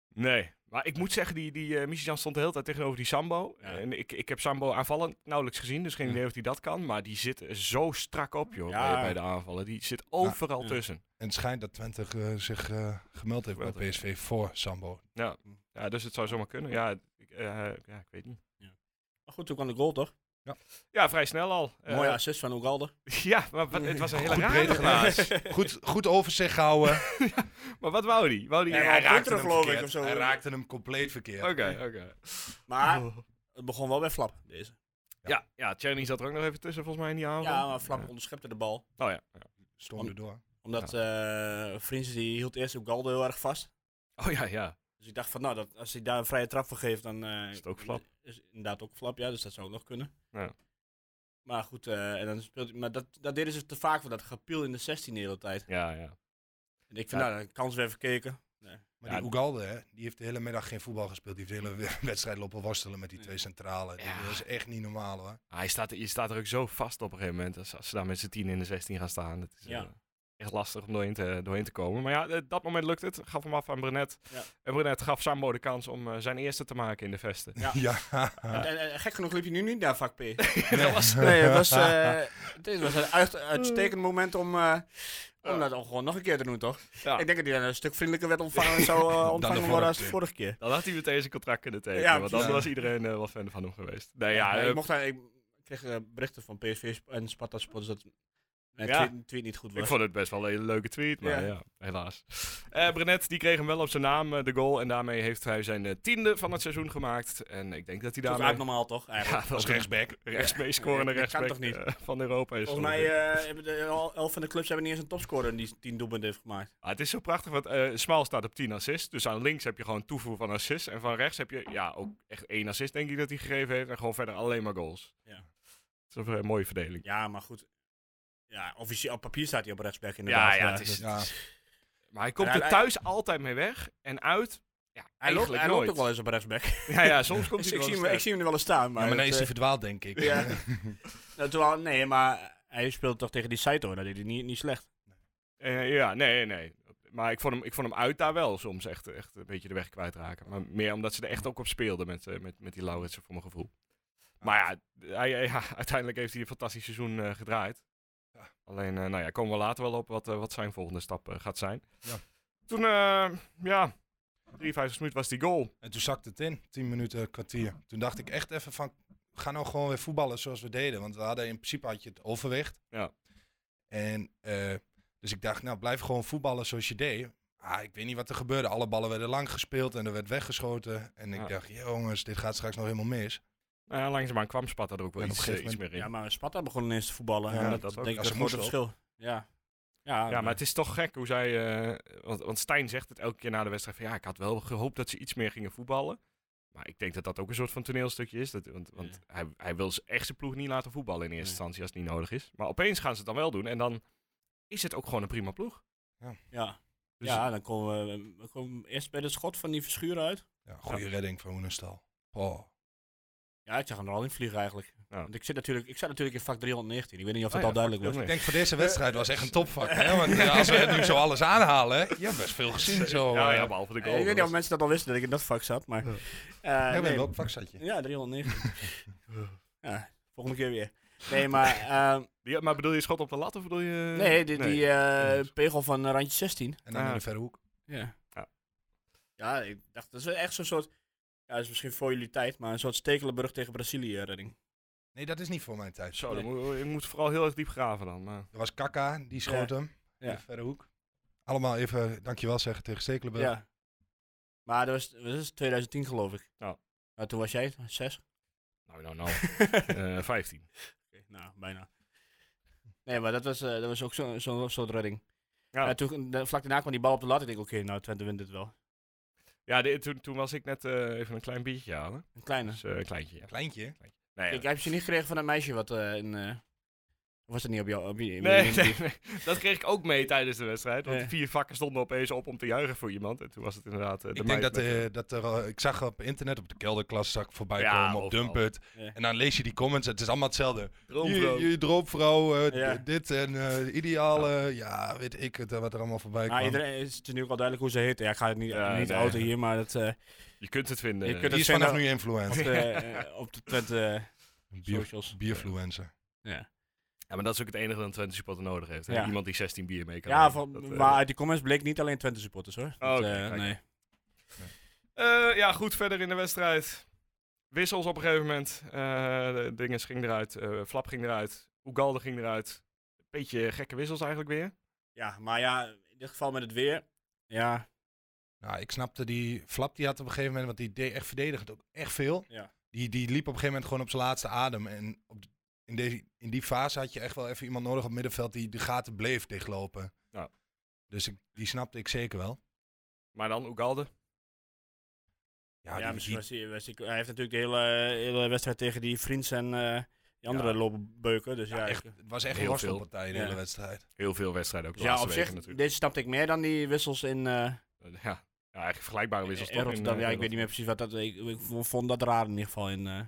S1: Nee, maar ik moet zeggen, die, die eh Michijan stond de hele tijd tegenover die Sambo.
S4: Ja.
S1: En ik, ik heb Sambo aanvallend nauwelijks gezien, dus geen
S4: Ja.
S1: idee of hij dat kan. Maar die zit er zo strak op, joh,
S4: Ja.
S1: bij, bij de aanvallen. Die zit overal
S4: Ja.
S1: tussen.
S5: En het schijnt dat Twente eh, zich eh, gemeld heeft bij
S1: Gemeld heeft,
S5: PSV voor Sambo.
S1: Ja, dus het zou zomaar kunnen. Ja, ik, eh, ja, ik weet niet.
S4: Maar goed, toen kwam de goal toch?
S1: Ja, vrij snel al. Eh,
S4: Mooie assist van Ugalde.
S1: Ja, maar wat- het was een hele
S5: Goed
S1: rare
S5: brede
S1: plaats.
S5: Goed, goed overzicht gehouden.
S1: Maar wat wou die? Wou die...
S4: Ja, hij raakte hem verkeerd.
S5: Hij raakte hem compleet verkeerd.
S1: Oké, oké.
S4: Maar
S1: Oh.
S4: het begon wel bij Flap, deze.
S1: Ja, ja Tjerni zat er ook nog even tussen volgens mij in die aanval.
S4: Ja, maar Flap onderschepte de bal.
S1: Oh ja. ja.
S5: Stond er door.
S4: Omdat eh Friens die hield eerst Ugalde heel erg vast.
S1: Oh ja, ja.
S4: Dus ik dacht van, nou, dat, als hij daar een vrije trap voor geeft, dan... eh,
S1: Is het ook flap?
S4: Is inderdaad ook flap, ja, dus dat zou ook nog kunnen.
S1: Ja.
S4: Maar goed, eh, en dan speelt, maar dat, dat deden ze te vaak, want dat gepiel in de 16 de hele tijd.
S1: Ja, ja.
S4: En ik vind,
S1: Ja.
S4: nou, dan kans weer verkeken.
S5: Maar
S1: Ja,
S5: die Ugalde, hè, die heeft de hele middag geen voetbal gespeeld. Die heeft de hele wedstrijd lopen worstelen met die twee centralen.
S1: Ja.
S5: Dat is echt niet normaal hoor.
S1: Ah, hij staat, er- je staat er ook zo vast op een gegeven moment. Als, als ze daar met z'n tien in de 16 gaan staan. Dat is eh,
S4: Ja.
S1: echt lastig om doorheen te, doorheen te komen. Maar ja, eh, dat moment lukt het. Gaf hem af aan Brenet.
S4: Ja.
S1: En Brenet gaf Sambo de kans om eh, zijn eerste te maken in de vesten.
S5: Ja.
S4: Ja.
S5: ja.
S4: En, en- en gek genoeg liep je nu niet naar vak P.
S1: dat was...
S4: Nee, het was, eh, dit was een uit- uitstekend moment om, eh, om dat al gewoon nog een keer te doen, toch?
S1: Ja.
S4: Ik denk dat hij dan een stuk vriendelijker werd ontvangen, zou eh, ontvangen worden
S5: de vorige
S4: als de
S5: keer.
S4: vorige keer.
S1: Dan had hij meteen zijn contract kunnen tekenen.
S4: Ja,
S1: want dan
S5: ja.
S1: was iedereen eh, wel fan van hem geweest. Nee, ja,
S4: Maar
S1: eh,
S4: ik, mocht daar, ik kreeg eh, berichten van PSV sp- en Sparta supporters dat mijn
S1: Ja.
S4: tweet, tweet niet goed was.
S1: Ik vond het best wel een hele leuke tweet, maar ja,
S4: Ja.
S1: helaas. Eh Brenet, die kreeg hem wel op zijn naam, eh, de goal. En daarmee heeft hij zijn eh, tiende van het seizoen gemaakt. En ik denk dat hij
S4: Dat is
S1: daarmee...
S4: normaal toch? Eigenlijk.
S1: dat is rechtsback. Rechts meescorende
S4: Ja, dat kan
S1: rechtsback
S4: toch niet?
S1: eh, van Europa is.
S4: Volgens mij
S1: ongeveer.
S4: eh, hebben de el- elf van de clubs hebben niet eens een topscorer die 10 doelpunten heeft gemaakt.
S1: Ah, het is zo prachtig, want eh Smal staat op 10 assists. Dus aan links heb je gewoon toevoer van assists. En van rechts heb je ja, ook echt één assist, denk ik, dat hij gegeven heeft. En gewoon verder alleen maar goals.
S4: Ja.
S1: Dat is een eh, mooie verdeling.
S4: Ja, maar goed. Ja, officieel op papier staat hij op rechtsback inderdaad.
S1: Ja,
S4: eh.
S1: ja,
S4: maar
S1: het is,
S5: Ja.
S1: Maar hij komt
S4: En hij-
S1: er thuis altijd mee weg. En uit, ja,
S4: Hij, loopt,
S1: eigenlijk
S4: hij loopt
S1: nooit.
S4: ook wel eens op rechtsback.
S1: Ja, ja, soms komt
S4: Dus
S1: hij er wel
S4: ik, zie
S1: eens
S4: hem, ik
S1: uit.
S4: zie hem er wel eens staan. Maar
S5: maar nee,
S4: het,
S5: is hij
S4: eh,
S5: verdwaald denk ik.
S4: ja. nou, terwijl- nee, maar hij speelde toch tegen die Saito. Dat deed hij niet, niet slecht.
S1: Eh, ja, nee, nee. Maar ik vond, hem, ik vond hem uit daar wel soms echt, echt een beetje de weg kwijtraken. Maar meer omdat ze er echt ook op speelden met, eh, met, met die Lauritsen, voor mijn gevoel. Maar ja, hij, ja, uiteindelijk heeft hij een fantastisch seizoen eh, gedraaid.
S5: Ja.
S1: Alleen, eh, nou ja, komen we later wel op wat, eh, wat zijn volgende stap eh, gaat zijn.
S5: Ja.
S1: Toen, eh, ja, 53 minuten was die goal.
S5: En toen zakte het in, 10 minuten, kwartier. Toen dacht ik echt even van, ga nou gewoon weer voetballen zoals we deden. Want we hadden in principe had je het overwicht.
S1: Ja.
S5: En eh, dus ik dacht, nou blijf gewoon voetballen zoals je deed. Ah, ik weet niet wat er gebeurde. Alle ballen werden lang gespeeld en er werd weggeschoten. En ik
S1: Ja.
S5: dacht, jongens, dit gaat straks nog helemaal mis.
S1: Nou ja, langzaamaan kwam Sparta er ook wel
S5: Ja, op
S1: iets,
S5: een
S1: eh,
S5: gegeven
S1: iets meer in.
S4: Ja, maar Sparta begon ineens te voetballen.
S5: Ja,
S4: en dat,
S1: dat
S4: dat
S1: ook.
S4: denk ik
S5: Ja,
S4: een
S5: ze
S4: groot
S5: moesten
S4: verschil. Ja. Ja,
S1: Ja, maar het is toch gek hoe zij. eh, want, want Stijn zegt het elke keer na de wedstrijd. Van, ja, ik had wel gehoopt dat ze iets meer gingen voetballen. Maar ik denk dat dat ook een soort van toneelstukje is. Dat, want want hij, hij wil z- echt zijn ploeg niet laten voetballen in eerste
S4: Nee.
S1: instantie als het niet nodig is. Maar opeens gaan ze het dan wel doen. En dan is het ook gewoon een prima ploeg.
S4: ja.
S1: Dus-
S4: ja, dan komen we, we komen eerst bij de schot van die verschuur uit.
S5: Ja, goede redding van Hoenenstal. Oh.
S4: Ja, ik zag hem er al in vliegen eigenlijk.
S1: Ja.
S4: Want ik zit, natuurlijk, ik zat natuurlijk in vak 319. Ik weet niet of
S1: Oh
S4: dat
S1: ja,
S4: al duidelijk was.
S5: Ik denk voor deze wedstrijd was echt een topvak. Hè? Want eh, als we nu zo alles aanhalen, je hebt best veel gezien zo.
S1: ja, ja,
S5: eh.
S1: behalve de
S4: Eh,
S1: goal.
S4: ik weet niet
S1: dat
S4: of mensen dat al wisten dat ik in dat vak zat, maar... eh,
S5: Ja,
S4: nee.
S5: welk vak zat je?
S4: ja 319. ja, volgende keer weer. Nee, maar... ehm,
S1: was- die- maar bedoel je schot op de lat of bedoel je...
S4: nee, die, die eh,
S5: Anders.
S4: pegel van eh, randje 16.
S5: En dan
S1: Ah.
S5: in de verre hoek.
S4: Ja.
S1: Ja.
S4: Ja, ik dacht, dat is echt zo'n soort... Ja, dat is misschien voor jullie tijd, maar een soort Stekelenburg tegen Brazilië eh, redding.
S5: Nee, dat is niet voor mijn
S4: eh,
S5: tijd.
S1: Zo, dan moet, ik moet vooral heel erg diep graven dan. Maar...
S5: Er was Kaka, die schoot hem.
S4: Ja.
S5: In de verre hoek. Allemaal even dankjewel zeggen tegen Stekelenburg.
S4: Ja. Maar dat was, dat was 2010 geloof ik.
S1: Ja.
S4: Maar toen was jij zes.
S1: Nou, nou, nou. Eh 15.
S4: Oké, nou, bijna. Nee, maar dat was, eh, dat was ook zo'n zo, zo'n soort redding.
S1: Ja.
S4: En toen, de, vlak daarna kwam die bal op de lat. Ik denk, oké, nou Twente wint dit wel.
S1: Ja, de- toen, toen was ik net eh, even een klein biertje halen.
S4: Een kleine.
S1: Dus eh, een kleintje, ja.
S5: Kleintje.
S1: Nee, ja.
S4: Ik heb ze niet gekregen van dat meisje wat eh, in... eh, of was dat niet op jou? Op je, in je-
S1: Nee,
S4: in je-
S1: nee, nee. dat kreeg ik ook mee tijdens de wedstrijd. Want
S4: Ja.
S1: vier vakken stonden opeens op om te juichen voor iemand. En toen was het inderdaad eh, de
S5: ik denk
S1: meid
S5: dat,
S1: met,
S5: eh, dat er, eh, ik zag op internet op de kelderklas zag ik voorbij
S1: Ja,
S5: komen op
S1: overal.
S5: Dumpert.
S4: Ja.
S5: En dan lees je die comments, het is allemaal hetzelfde.
S1: Droomvrouw.
S5: Je, je droomvrouw, eh, d-
S4: Ja.
S5: dit en eh, ideale, ja, weet ik het, eh, wat er allemaal
S1: Ah,
S5: voorbij
S4: Maar
S5: kwam.
S4: Ah, iedereen is het is nu ook al duidelijk hoe ze heet. Ja, ik ga het niet,
S1: Ja,
S4: niet
S1: nee.
S4: auto hier, maar dat, eh,
S1: Je kunt het vinden.
S4: Je
S1: eh.
S4: kunt
S5: Die
S4: het
S5: is vanaf
S4: vinden-
S5: nu influencer.
S4: op de, eh, op de Twente
S5: Bier,
S4: socials.
S5: bierfluencer.
S1: Ja, maar dat is ook het enige dat een Twente supporter nodig heeft. hè?
S4: Ja.
S1: Iemand die 16 bier mee kan
S4: Ja,
S1: nemen.
S4: van,
S1: Dat, eh,
S4: maar uit die comments bleek niet alleen Twente supporters hoor.
S1: Oh,
S4: Dat,
S1: oké,
S4: eh,
S1: kijk.
S4: nee.
S1: Eh, ja, goed verder in de wedstrijd. Wissels op een gegeven moment. Eh Dinges ging eruit. eh, Flap ging eruit. Oegalde ging eruit. Beetje gekke wissels eigenlijk weer.
S4: Ja, maar ja, in dit geval met het weer. Ja,
S5: Nou, ik snapte die flap die had op een gegeven moment, want die deed echt verdedigend ook echt veel.
S4: Ja.
S5: Die, die liep op een gegeven moment gewoon op zijn laatste adem. En op, de- in, deze, in die fase had je echt wel even iemand nodig op het middenveld die de gaten bleef dichtlopen.
S1: Ja.
S5: Dus ik, die snapte ik zeker wel.
S1: Maar dan Oegalde.
S5: Ja,
S4: ja
S5: die-
S4: misschien
S5: die-
S4: was hij, was hij, hij heeft natuurlijk de hele, hele wedstrijd tegen die Friends en eh, die andere
S1: Ja.
S4: lopen beuken. Dus ja,
S5: ja,
S4: ik-
S5: echt, het was echt
S1: Heel
S5: een worstelpartij de
S4: veel.
S5: hele
S4: Ja.
S5: wedstrijd.
S1: Heel veel wedstrijden ook.
S4: dus
S1: De
S4: ja
S1: laatste
S4: op zich,
S1: weken natuurlijk.
S4: dit snapte ik meer dan die wissels in, eh
S1: Eh, ja. ja, eigenlijk vergelijkbare wissels
S4: in
S1: toch?
S4: Rotterdam.
S1: eh,
S4: Ja, ik weet niet meer precies wat dat... Ik, ik vond dat raar in ieder geval. In, eh,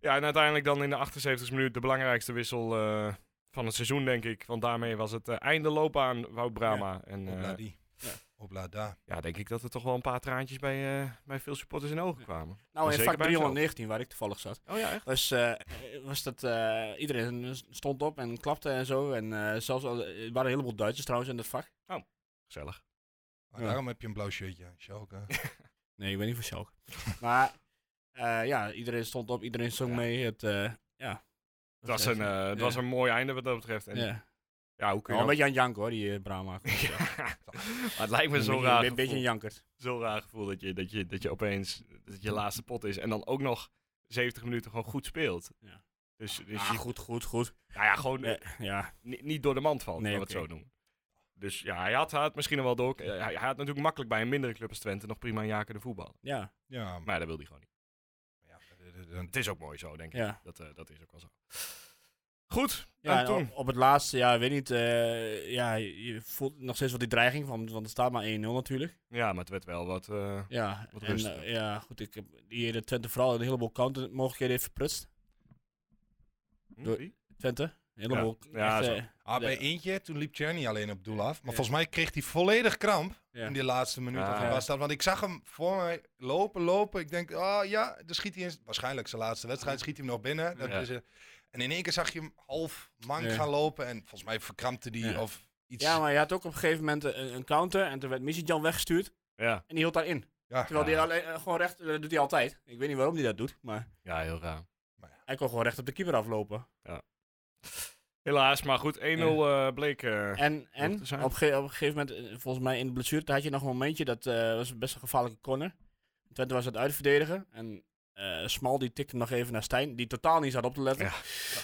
S1: Ja, en uiteindelijk dan in de 78 minuut de belangrijkste wissel eh, van het seizoen, denk ik. Want daarmee was het eh, einde loop aan Wout Brama. En eh,
S5: Opla die.
S4: Ja.
S5: Opla daar.
S1: ja, denk ik dat er toch wel een paar traantjes bij, eh, bij veel supporters in de ogen kwamen.
S4: nou, in
S1: Zeker
S4: vak
S1: bij hem zelf.
S4: 319, waar ik toevallig zat.
S1: Oh ja, echt?
S4: was, eh, was dat eh, iedereen stond op en klapte en zo. En eh, zelfs al, er waren een heleboel Duitsers trouwens in dat vak.
S1: Gezellig.
S5: Maar
S4: Ja.
S5: Daarom heb je een blauw shirtje. aan, Schalke.
S4: Nee, ik ben niet van Schalke.
S1: Nou,
S4: maar eh, ja, iedereen stond op, iedereen zong
S1: Ja.
S4: mee. Het, eh, ja.
S1: Het was, een, eh, het
S4: ja.
S1: was een mooi einde wat dat betreft. En,
S4: Ja.
S1: ja. hoe kun je...
S4: Wel een
S1: ook-
S4: beetje aan janken hoor, die eh, Brahma.
S1: Ja, maar het lijkt me
S4: Een
S1: zo
S4: beetje-
S1: raar
S4: Een beetje een
S1: gevoel.
S4: jankert.
S1: Zo raar gevoel dat je, dat, je, dat je opeens dat het je laatste pot is. En dan ook nog 70 minuten gewoon goed speelt.
S4: Ja.
S1: Dus, dus
S4: Ah,
S1: je,
S4: goed, goed, goed.
S1: nou ja, gewoon
S4: Eh, ja.
S1: ni- niet door de mand valt,
S4: Nee,
S1: laten we het
S4: oké.
S1: zo noemen. Dus ja, hij had, hij had misschien nog wel door. eh, Hij, hij had natuurlijk makkelijk bij een mindere club als Twente nog prima een jaar kunnen voetballen.
S4: ja,
S5: ja, maar
S1: Maar dat wil hij gewoon niet.
S5: ja, eh, eh, dan-
S1: Het is ook mooi zo, denk ik.
S4: ja.
S1: Dat, eh, dat is ook wel zo. Goed,
S4: Ja,
S1: en
S4: en
S1: toen.
S4: op, op het laatste, ja, weet niet. eh, ja, je voelt nog steeds wel die dreiging, van, want er staat maar 1-0 natuurlijk.
S1: Ja, maar het werd wel wat... eh,
S4: Ja,
S1: Wat
S4: en,
S1: rustiger.
S4: eh, ja, goed. Ik heb hier de Twente vooral een heleboel kanten mogelijkheden heeft verprutst.
S1: hm,
S4: Door-
S1: wie?
S4: Twente. Een heleboel.
S1: Ja,
S4: echt,
S1: zo.
S4: eh,
S5: Ah, bij
S4: Ja.
S5: eentje, toen liep Czerny alleen op doel af. Maar
S4: Ja.
S5: volgens mij kreeg hij volledig kramp.
S4: ja.
S5: in die laatste minuut
S1: Ja.
S5: of wat was dat. Want ik zag hem voor mij lopen, lopen. Ik denk, oh ja, dan schiet hij in, waarschijnlijk zijn laatste wedstrijd, schiet hij hem nog binnen. Dat
S1: Ja.
S5: is, eh, en in één keer zag je hem half mank
S4: Ja.
S5: gaan lopen en volgens mij verkrampte die
S4: Ja.
S5: of iets.
S4: Ja, maar je had ook op een gegeven moment een, een counter en toen werd Missy-Jan weggestuurd
S1: Ja.
S4: en die hield daarin.
S5: Ja.
S4: Terwijl
S1: Ja.
S4: die alleen, eh, gewoon recht, dat doet hij altijd. Ik weet niet waarom hij dat doet, maar
S1: ja, heel raar.
S4: hij kon gewoon recht op de keeper aflopen.
S1: Helaas, maar goed, 1-0 eh, bleek... eh,
S4: En, en op,
S1: te zijn.
S4: een ge- op een gegeven moment, eh, volgens mij in de blessure, toen had je nog een momentje, dat eh, was best een gevaarlijke corner. Twente was aan het uitverdedigen en eh, Smal die tikte hem nog even naar Stijn, die totaal niet zat op te letten.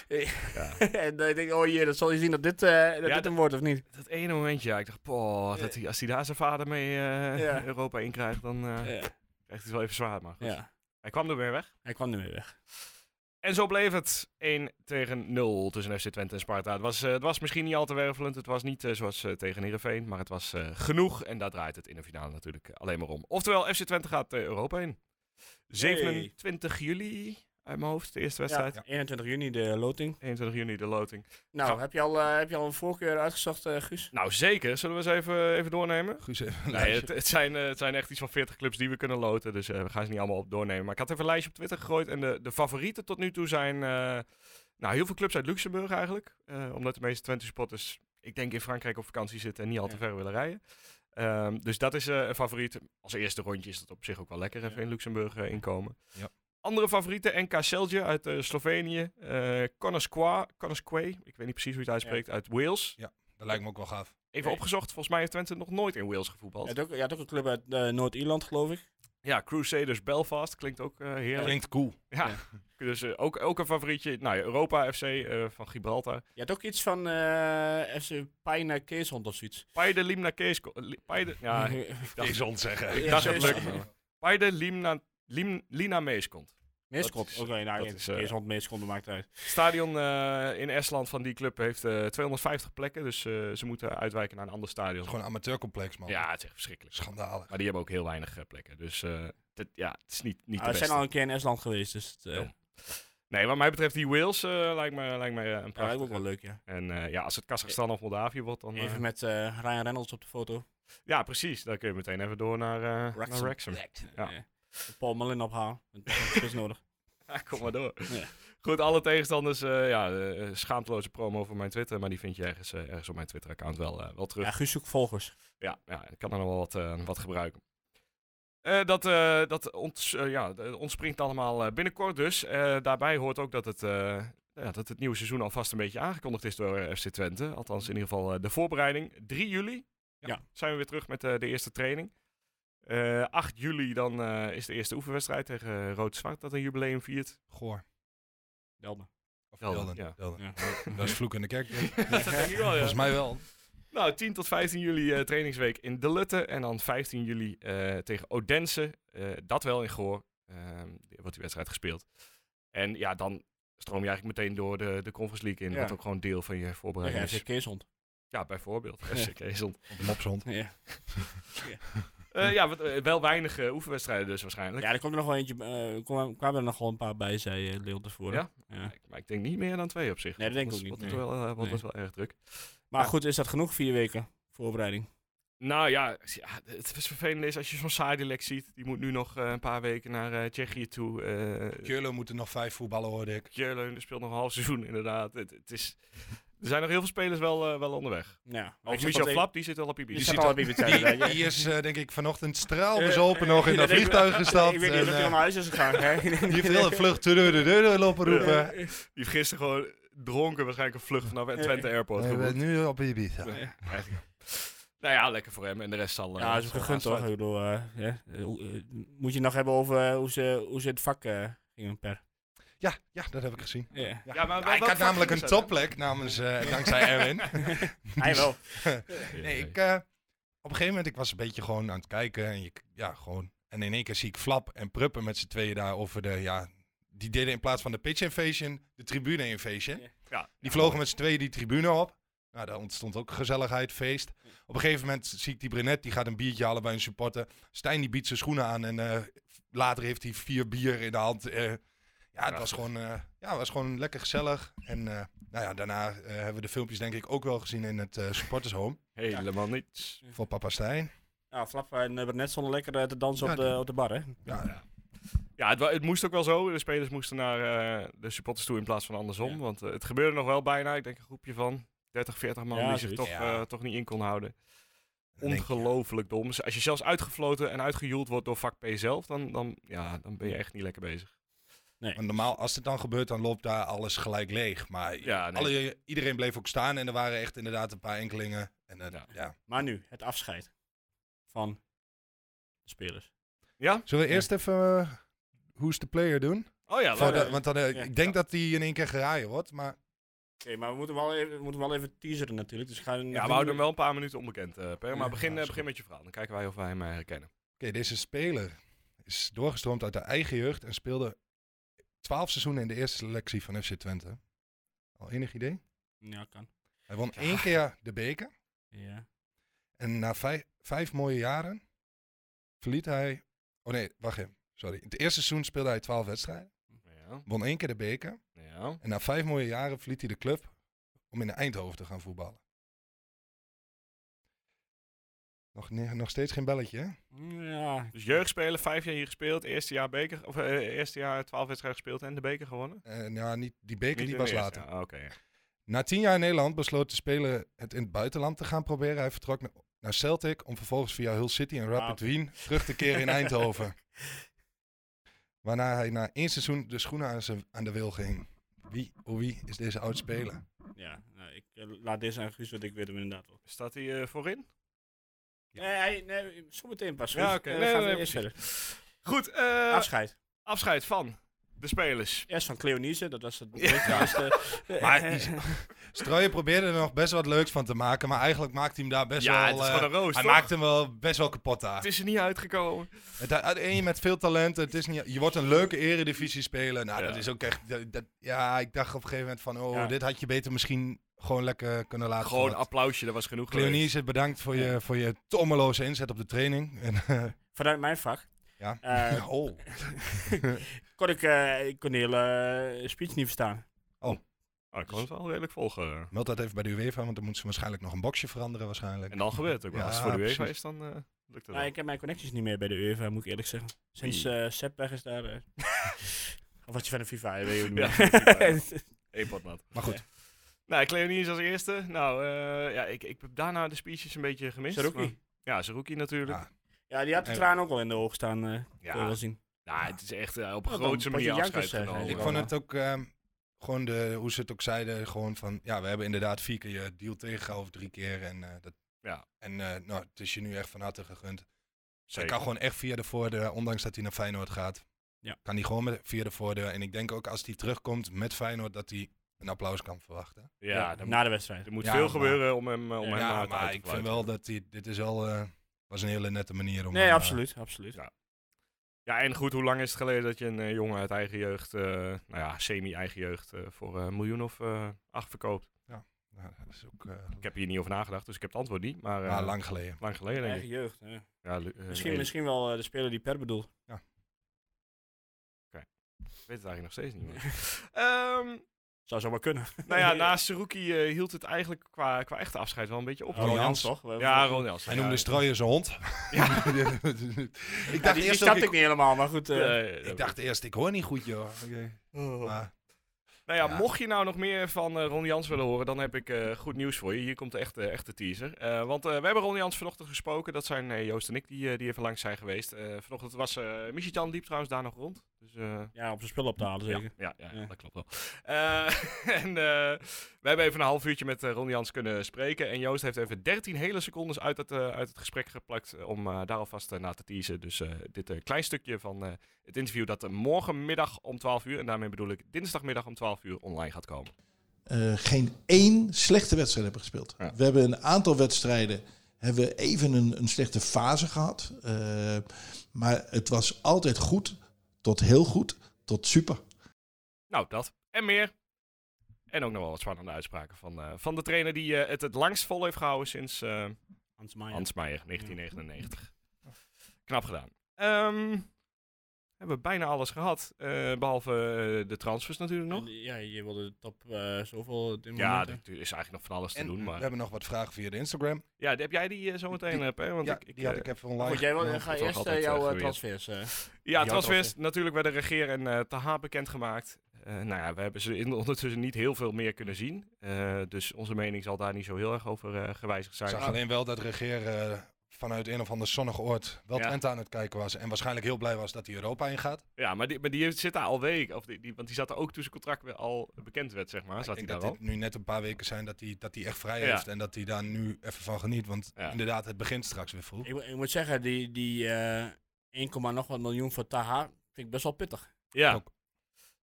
S1: Ja. Ja.
S4: en dan denk ik, oh jee, dat zal je zien dat dit, eh, dat
S1: Ja,
S4: dit hem wordt of niet.
S1: Dat ene momentje, ja. Ik dacht, poh, dat hij, als hij daar zijn vader mee eh,
S4: Ja.
S1: Europa in krijgt, dan eh,
S4: Ja.
S1: krijgt hij het wel even zwaar. Maar goed.
S4: Ja,
S1: hij kwam er weer weg.
S4: hij kwam ermee weg.
S1: En zo bleef het 1 tegen 0 tussen FC Twente en Sparta. Het was, eh, het was misschien niet al te wervelend. Het was niet eh, zoals eh, tegen Heerenveen, maar het was eh, genoeg. En daar draait het in de finale natuurlijk eh, alleen maar om. Oftewel, FC Twente gaat eh, Europa in. 27 juli uit mijn hoofd, de eerste wedstrijd.
S4: Ja, 21 juni de loting.
S1: 21 juni de loting.
S4: Nou,
S1: Ja.
S4: heb, je al, eh, heb je al een voorkeur uitgezocht, eh, Guus?
S1: Nou zeker, zullen we eens even, even doornemen?
S5: Guus even
S1: Nee,
S5: een lijstje.
S1: het, het zijn, eh, het zijn echt iets van 40 clubs die we kunnen loten. Dus eh, we gaan ze niet allemaal op doornemen. Maar ik had even een lijstje op Twitter gegooid. En de, de favorieten tot nu toe zijn eh, nou, heel veel clubs uit Luxemburg eigenlijk. Eh, omdat de meeste Twente supporters, ik denk in Frankrijk op vakantie zitten en niet al te
S4: Ja.
S1: ver willen rijden. Ehm, dus dat is eh, een favoriet. Als eerste rondje is dat op zich ook wel lekker even
S4: Ja.
S1: in Luxemburg eh, inkomen.
S5: Ja.
S1: Andere favorieten, NK Celje uit eh, Slovenië. eh Konasqua, Konasquay, ik weet niet precies hoe je het uitspreekt, uit Wales.
S5: dat lijkt me ook wel gaaf.
S1: Even
S4: Nee.
S1: opgezocht, volgens mij heeft Twente nog nooit in Wales gevoetbald.
S4: Je had ook, je had ook een club uit eh, Noord-Ierland, geloof ik.
S1: Ja, Crusaders Belfast klinkt ook eh, heerlijk.
S5: Klinkt cool.
S1: Ja. Dus eh, ook, ook een favorietje. Nou ja, Europa FC eh, van Gibraltar.
S4: Je had ook iets van eh FC Pijna Keeshond of zoiets. Hm.
S1: Paide Limna Kees... Li- Paide... Ja, ik dacht-
S5: Is ontzeggen.
S1: ik
S4: Ja,
S1: dacht
S4: zo
S1: het
S4: is
S1: lukt. Paide Limna... Lim, Lina Meeskont.
S4: Meeskop.
S1: is-
S4: Oké, nou,
S1: dat is, eh,
S4: Keeshond, Meeskop, dat maakt uit.
S1: Stadion eh, in Estland van die club heeft eh, 250 plekken. Dus eh, ze moeten uitwijken naar een ander stadion.
S5: Gewoon een amateurcomplex, man.
S1: Ja, het is echt verschrikkelijk.
S5: Schandalen.
S1: Maar die hebben ook heel weinig eh, plekken. Dus eh, dat, ja, het is niet, niet
S4: Ah,
S1: de
S4: we
S1: beste.
S4: zijn al een keer in Estland geweest, dus het eh,
S1: Ja, Nee, wat mij betreft die Wales eh, lijkt me, lijkt me eh, een
S4: ja, lijkt me
S1: prachtige.
S4: ook wel leuk, ja.
S1: en eh, ja, als het Kazachstan of Moldavië wordt, dan... eh,
S4: Even met eh, Ryan Reynolds op de foto.
S1: ja, precies. Dan kun je meteen even door naar eh, naar Wrexham. Ja.
S4: Eh, Paul Malin ophalen. Dat is nodig.
S1: Ja, kom maar door.
S4: Ja.
S1: Goed, alle tegenstanders. eh, ja, eh, schaamteloze promo voor mijn Twitter. Maar die vind je ergens, eh, ergens op mijn Twitter-account wel, eh, wel terug.
S4: Ja, Guus zoekt volgers.
S1: Ja, ja ik kan er nog wel wat, eh, wat gebruiken. Eh, dat eh, dat ons, eh, ja, d- ontspringt allemaal eh, binnenkort dus. Eh, daarbij hoort ook dat het, eh, ja, dat het nieuwe seizoen alvast een beetje aangekondigd is door eh, FC Twente. Althans in ieder geval eh, de voorbereiding. 3 juli
S4: Ja.
S1: zijn we weer terug met eh, de eerste training. Eh, 8 juli dan eh, is de eerste oefenwedstrijd tegen eh, Rood-Zwart dat een jubileum viert.
S5: Goor.
S4: Delden.
S5: Of
S1: Delden,
S5: Delden.
S1: ja.
S5: Delden.
S4: Ja.
S5: Dat is vloek in de kerk. denk ik.
S1: dat denk ik wel, ja.
S5: Volgens mij wel.
S1: Nou, 10 tot 15 juli eh, trainingsweek in De Lutte. En dan 15 juli eh, tegen Odense. Eh, dat wel in Goor. Ehm, wordt die wedstrijd gespeeld. En ja, dan stroom je eigenlijk meteen door de, de Conference League in.
S4: Ja.
S1: Wat ook gewoon deel van je voorbereiding
S4: Ja,
S1: is.
S4: FC Keeshond.
S1: Ja, bijvoorbeeld. SCK is ont-
S5: Op mopshond.
S4: Ja.
S1: Eh, ja, wat, eh, wel weinig eh, oefenwedstrijden dus waarschijnlijk.
S4: ja, er komt er nog wel eentje. eh, kwam- kwamen er nog wel een paar bij, zei eh, Leon tevoren.
S1: Ja?
S4: ja.
S1: Maar ik denk niet meer dan twee op zich.
S4: Nee, dat denk ik
S1: Anders
S4: ook niet,
S1: Wordt het wel, eh, wordt het
S4: Nee.
S1: wel erg druk.
S4: Maar
S1: Ja.
S4: goed, is dat genoeg? Vier weken voorbereiding.
S1: Nou ja, ja, het is vervelend is als je zo'n Sadilek ziet. Die moet nu nog eh, een paar weken naar eh, Tsjechië toe. eh,
S5: Kjurlo moet er nog vijf voetballen, hoorde ik.
S1: Jurleun speelt nog een half seizoen, inderdaad. Het, het is, er zijn nog heel veel spelers wel, eh, wel onderweg.
S4: Ja.
S1: Ook Michel Flap, die zit al op je
S4: Die
S1: bies.
S5: zit
S4: staat al
S5: al-
S4: op de bibliotheek.
S5: Die, die is, eh, denk ik, vanochtend straalbes open nog in dat vliegtuig gestapt.
S4: Ik weet Eh, niet
S5: en,
S4: of hij
S5: eh,
S4: naar huis is gegaan. hè?
S5: die heeft heel de vlucht de deur de deur lopen roepen.
S1: Die heeft gisteren gewoon dronken waarschijnlijk een vlucht vanaf Twente Airport
S5: We
S1: geboekt.
S5: zijn nu op Ibiza.
S1: Nou ja, lekker voor hem en de rest zal... eh,
S4: Ja, dat is ook
S1: zal
S4: gegund toch?
S1: aansluiten.
S4: Ik bedoel, eh, ja, eh, hoe- eh, moet je het nog hebben over eh, hoe, ze, hoe ze het vak eh, gingen per?
S5: Ja, ja, dat heb ik gezien.
S4: Ja.
S1: Ja, maar
S5: Ja, ik had namelijk een topplek namens, eh, dankzij Erwin.
S4: Hij wel.
S5: Nee, ik, eh, op een gegeven moment, ik was een beetje gewoon aan het kijken. En, je, ja, gewoon, en in één keer zie ik Flap en Pruppen met z'n tweeën daar over de, ja... Die deden in plaats van de pitch invasion, de tribune invasion.
S1: Ja,
S5: Die vlogen met z'n tweeën die tribune op. Nou, daar ontstond ook gezelligheid, feest. Op een gegeven moment zie ik die Brenet, die gaat een biertje halen bij een supporter. Stijn die biedt zijn schoenen aan en eh, later heeft hij vier bier in de hand. eh. ja, het was
S1: Prachtig.
S5: gewoon, eh, ja, het was gewoon lekker gezellig. En eh, nou ja, daarna eh, hebben we de filmpjes denk ik ook wel gezien in het eh supporters home
S1: Helemaal niets.
S5: voor papa Stijn.
S4: Ja, Flap en uh, Bernet stonden lekker eh, te dansen
S5: Ja,
S4: op, de,
S5: die-
S4: op de bar, hè?
S5: Ja,
S1: Ja, het, wa- het moest ook wel zo. De spelers moesten naar eh, de supporters toe in plaats van andersom.
S4: Ja.
S1: Want eh, het gebeurde nog wel bijna. Ik denk een groepje van 30, 40 man
S4: Ja,
S1: die zich
S4: zoiets.
S1: toch,
S5: Ja.
S1: eh, toch niet in kon houden.
S5: denk je.
S1: Ongelooflijk dom. Dus Als je zelfs uitgefloten en uitgejoeld wordt door vak P zelf, dan, dan, ja, dan ben je echt niet lekker bezig.
S5: Want normaal, als het dan gebeurt, dan loopt daar alles gelijk leeg. Maar
S1: Ja, nee.
S5: alle, iedereen bleef ook staan en er waren echt inderdaad een paar enkelingen. En, eh,
S1: Ja.
S5: ja.
S4: Maar nu, het afscheid van de spelers.
S1: Ja?
S5: Zullen we
S4: Ja.
S5: eerst even eh, Who's the Player doen?
S1: Oh ja,
S5: Voor
S1: leuk.
S5: de- want dan, eh,
S4: Ja.
S5: ik denk dat die in één keer geraaien wordt, maar
S4: Oké, maar we moeten, wel even, we moeten wel even teaseren natuurlijk. Dus we gaan
S1: ja, we houden hem wel een paar minuten onbekend, eh, Per. Maar
S5: Ja,
S1: begin,
S5: is
S1: eh,
S5: goed.
S1: begin met je verhaal. Dan kijken wij of wij hem eh, herkennen.
S5: oké, deze speler is doorgestroomd uit haar eigen jeugd en speelde 12 seizoenen in de eerste selectie van FC Twente. Al enig idee?
S4: Ja, kan.
S5: Hij won
S1: Ja.
S5: één keer de beker
S4: Ja.
S5: en na vijf, vijf mooie jaren verliet hij... Oh nee, wacht even, sorry. In het eerste seizoen speelde hij 12 wedstrijden,
S1: Ja,
S5: won één keer de beker
S1: ja.
S5: en na vijf mooie jaren verliet hij de club om in Eindhoven te gaan voetballen. Nog, ne- nog steeds geen belletje, hè?
S4: Ja.
S1: Dus jeugdspelen, vijf jaar hier gespeeld. Eerste jaar, beker, of, eh, eerste jaar 12 wedstrijden gespeeld en de beker gewonnen.
S5: Eh, ja, niet, die beker
S1: Niet
S5: die
S1: in
S5: was
S1: de eerste.
S5: later.
S1: Ah, Oké. ja.
S5: Na tien jaar in Nederland besloot de speler het in het buitenland te gaan proberen. Hij vertrok na- naar Celtic om vervolgens via Hull City en Rapid
S4: Ah.
S5: Wien terug te keren in Eindhoven. Waarna hij na één seizoen de schoenen aan, zijn, aan de wil ging. Wie, oh wie is deze oud speler?
S4: Ja, nou, ik eh, laat deze aan Guus, want ik weet hem inderdaad wel.
S1: Dus Staat hij eh, voorin?
S4: Nee, hij, nee, zometeen pas.
S1: Ja,
S4: Guus.
S1: oké.
S4: Eh,
S1: Nee,
S4: gaan
S1: nee,
S4: we eerst
S1: precies.
S4: verder.
S1: Goed, eh,
S4: Afscheid.
S1: afscheid van de spelers.
S4: Eerst van Cleonise, dat was het belangrijkste.
S1: Eh,
S5: Maar die- Strooijen probeerde er nog best wat leuks van te maken, maar eigenlijk maakt hij hem daar best
S1: Ja,
S5: wel...
S1: het is
S5: eh,
S1: gewoon een roos,
S5: Hij
S1: toch?
S5: maakt hem wel best wel kapot daar.
S1: Het is er niet uitgekomen.
S5: Het, het- en je met veel talent, het is niet, je wordt een leuke eredivisie speler. Nou,
S1: Ja.
S5: dat is ook echt... Dat, dat- ja, ik dacht op een gegeven moment van, oh,
S4: Ja.
S5: dit had je beter misschien gewoon lekker kunnen laten.
S1: Gewoon een
S5: gaan.
S1: applausje, dat was genoeg. geweest.
S5: Cleonice, bedankt voor je, voor je tommeloze inzet op de training. En, eh,
S4: Vanuit mijn vak
S5: ja.
S4: eh,
S5: oh.
S4: kon ik, eh, ik kon de hele eh, speech niet verstaan.
S1: Oh, ik kon het
S5: Dus
S1: wel redelijk volgen.
S5: Meld dat even bij de UEFA, want dan moeten ze waarschijnlijk nog een boxje veranderen waarschijnlijk.
S1: En dan gebeurt het ook wel.
S5: Ja,
S1: Als het voor de UEFA
S5: precies.
S1: is, dan eh, lukt het
S4: Maar
S1: wel.
S4: ik heb mijn connecties niet meer bij de UEFA, moet ik eerlijk zeggen. Sinds eh Sepp weg is daar... eh, of wat je van de FIFA, hè, weet je
S1: Ja,
S4: niet
S1: FIFA,
S4: meer.
S1: Epotmat.
S5: Maar goed,
S1: Nou, Cleonice als eerste. Nou, eh, ja, ik, ik heb daarna de speeches een beetje gemist.
S4: Saruki.
S1: maar- Ja, Saruki natuurlijk.
S5: Ja.
S4: Ja, die had de
S5: En-
S4: traan ook wel in de ogen staan, eh
S1: Ja,
S4: kon je wel zien.
S1: nou, het is echt eh, op een
S4: Ja, dan
S1: grootse
S4: potje
S1: manier
S4: jankers,
S1: afscheid
S4: eh,
S1: genomen.
S4: zei
S5: ik
S4: ze.
S5: vond het ook ehm, gewoon de, hoe ze het ook zeiden, gewoon van ja, we hebben inderdaad vier keer je deal tegengehouden, drie keer. En, eh, dat,
S1: Ja.
S5: en eh, nou, het is je nu echt van harte gegund. Hij
S1: Zeker.
S5: kan gewoon echt via de voordeur, ondanks dat hij naar Feyenoord gaat.
S4: Ja.
S5: Kan hij gewoon met, via de voordeur. En ik denk ook als hij terugkomt met Feyenoord, dat hij een applaus kan verwachten.
S1: Ja, er moet,
S4: na de wedstrijd.
S1: er moet
S5: nou, Ja,
S1: veel
S5: maar-
S1: gebeuren om hem, eh, om
S4: Ja,
S1: hem
S5: ja,
S1: uit- uit
S5: maar
S1: te
S5: ik vind
S1: fluiten.
S5: wel dat hij, dit is wel, eh, was een hele nette manier om...
S4: Nee,
S5: hem, eh,
S4: absoluut, absoluut.
S1: Ja. Ja, en goed, hoe lang is het geleden dat je een eh, jongen uit eigen jeugd, eh, nou ja, semi-eigen jeugd, eh, voor eh, een miljoen of eh, acht verkoopt?
S5: nou, dat is ook eh,
S1: Ik heb hier niet over nagedacht, dus ik heb het antwoord niet. Maar, eh,
S5: maar lang geleden.
S1: lang geleden, denk
S4: Eigen
S1: ik.
S4: jeugd, hè.
S1: Ja, Lu- eh,
S4: Misschien,
S1: nee,
S4: misschien wel eh, de speler die Per bedoelt.
S1: Ik weet het eigenlijk nog steeds niet meer. Ehm,
S4: Zou zomaar kunnen.
S1: nou ja, naast Seruki eh, hield het eigenlijk qua, qua echte afscheid wel een beetje op.
S5: Oh, Ron Jans.
S4: toch? We-
S1: Ja, Ron Jans.
S5: Hij
S1: ja,
S5: noemde
S1: ja.
S5: Strooijen zijn hond.
S1: Ja.
S4: Ja,
S5: ik dacht
S4: die, die
S5: eerst
S4: snapte
S5: ook,
S4: ik,
S5: ik,
S4: niet helemaal, maar goed. eh,
S1: Eh,
S5: ik dacht eerst, ik hoor niet goed joh. Oké. Maar,
S1: Nou ja,
S5: Ja.
S1: mocht je nou nog meer van eh, Ron Jans willen horen, dan heb ik eh, goed nieuws voor je. Hier komt de echte, echte teaser. Eh, want eh, we hebben Ron Jans vanochtend gesproken. Dat zijn eh, Joost en ik die, eh, die even langs zijn geweest. Eh, vanochtend was eh Michi Jan liep trouwens daar nog rond. Dus, eh,
S4: ja, om zijn spullen op te halen zeker.
S1: ja, ja, ja,
S4: Ja.
S1: dat klopt wel. Eh, en eh, we hebben even een half uurtje met eh, Ron Jans kunnen spreken. En Joost heeft even 13 hele secondes uit het, eh, uit het gesprek geplakt eh, om eh, daar alvast eh, naar te teasen. Dus eh, dit eh, klein stukje van eh, het interview dat eh, morgenmiddag om 12 uur, en daarmee bedoel ik dinsdagmiddag om 12 uur, online gaat komen.
S6: eh, geen één slechte wedstrijd hebben gespeeld.
S1: Ja.
S6: We hebben een aantal wedstrijden hebben we even een, een slechte fase gehad. Eh, maar het was altijd goed, tot heel goed, tot super.
S1: Nou, dat en meer. En ook nog wel wat spannende uitspraken van, eh, van de trainer die eh, het het langst vol heeft gehouden sinds eh,
S4: Hans Maier.
S1: Hans Meijer, 1999. Knap gedaan. Oh. Ehm, hebben we bijna alles gehad, eh, behalve eh, de transfers natuurlijk nog.
S4: Ja, je wilde de top eh, zoveel op dit
S1: Ja,
S4: moment,
S1: er
S4: hè?
S1: is eigenlijk nog van alles te
S5: en
S1: doen.
S5: we
S1: Maar...
S5: hebben nog wat vragen via de Instagram.
S1: Ja, die- heb jij die eh, zo meteen,
S5: Die-
S1: heb, hè? Want
S5: ja,
S1: ik, ik,
S5: die had
S1: eh,
S5: ik even online.
S4: Goed, jij wil,
S5: genomen.
S4: ga
S1: wordt ook
S4: eerst eh,
S1: altijd, eh,
S4: jouw eh,
S1: geweerd.
S4: transfers. eh.
S1: Ja,
S4: Die
S1: transfers
S4: transfer.
S1: natuurlijk werden Regeer en eh Taha bekendgemaakt. Eh nou ja, we hebben ze in- ondertussen niet heel veel meer kunnen zien. Eh, dus onze mening zal daar niet zo heel erg over eh, gewijzigd
S5: Ik
S1: zijn.
S5: zag alleen wel dat regeer eh, vanuit een of ander zonnig oord wel
S1: Ja.
S5: Twente aan het kijken was. En waarschijnlijk heel blij was dat hij Europa ingaat.
S1: Ja, maar die, maar die zit daar al week. Of die, die- want die zat er ook toen zijn contract weer al bekend werd, zeg maar.
S5: ik
S1: zat hij
S5: denk
S1: daar
S5: dat
S1: al.
S5: dit nu net een paar weken zijn dat hij, dat hij echt vrij
S1: Ja.
S5: heeft. En dat hij daar nu even van geniet. Want
S1: Ja.
S5: inderdaad, het begint straks weer vroeg.
S4: Ik, moet- ik moet zeggen, die, die eh, 1, nog wat miljoen voor Taha vind ik best wel pittig.
S1: Ja.
S5: Ook.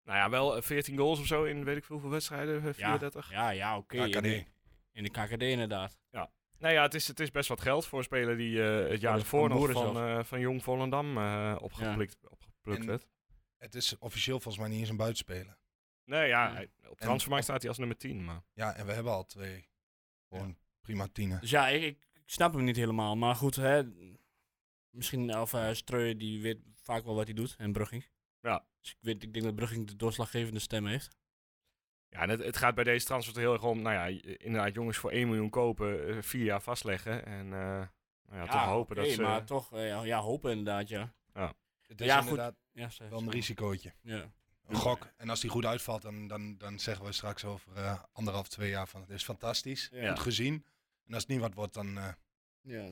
S1: Nou ja, wel eh, 14 goals of zo in weet ik veel hoeveel wedstrijden. eh,
S4: Ja.
S1: 34.
S4: Ja, ja, oké.
S5: KKD.
S4: in, de- in de KKD inderdaad.
S1: Nou ja, het is, het is best wat geld voor een speler die eh, het jaar
S4: dat
S1: ervoor
S4: kan
S1: nog
S4: Boeren
S1: van, eh, van Jong Volendam eh opgeplikt, opgeplukt
S5: En-
S1: werd.
S5: Het is officieel volgens mij niet eens een buitenspeler.
S1: Nee, ja,
S4: Ja.
S1: hij- op transfermarkt staat hij als nummer 10. Maar
S5: Ja, en we hebben al twee. Gewoon prima tienen.
S4: Dus ja, ik, ik snap hem niet helemaal. Maar goed, hè, misschien of eh Streu, die weet vaak wel wat hij doet. En Brugging.
S1: Ja.
S4: Dus ik, weet, ik denk dat Brugging de doorslaggevende stem heeft.
S1: ja, en het, het gaat bij deze transfer er heel erg om. Nou ja, j- inderdaad, jongens voor 1 miljoen kopen, eh, vier jaar vastleggen. En eh, nou ja, toch hopen
S4: oké,
S1: dat ze.
S4: maar toch, eh, ja, ja, hopen inderdaad, ja.
S5: Het is
S4: Ja, goed.
S5: inderdaad
S4: Ja, ze-
S5: wel een risicootje.
S4: Ja.
S5: Een gok. En als die goed uitvalt, dan, dan, dan zeggen we straks over eh, anderhalf, twee jaar van het is fantastisch.
S4: Ja.
S5: Goed gezien. En als het niet wat wordt, dan eh
S4: Ja.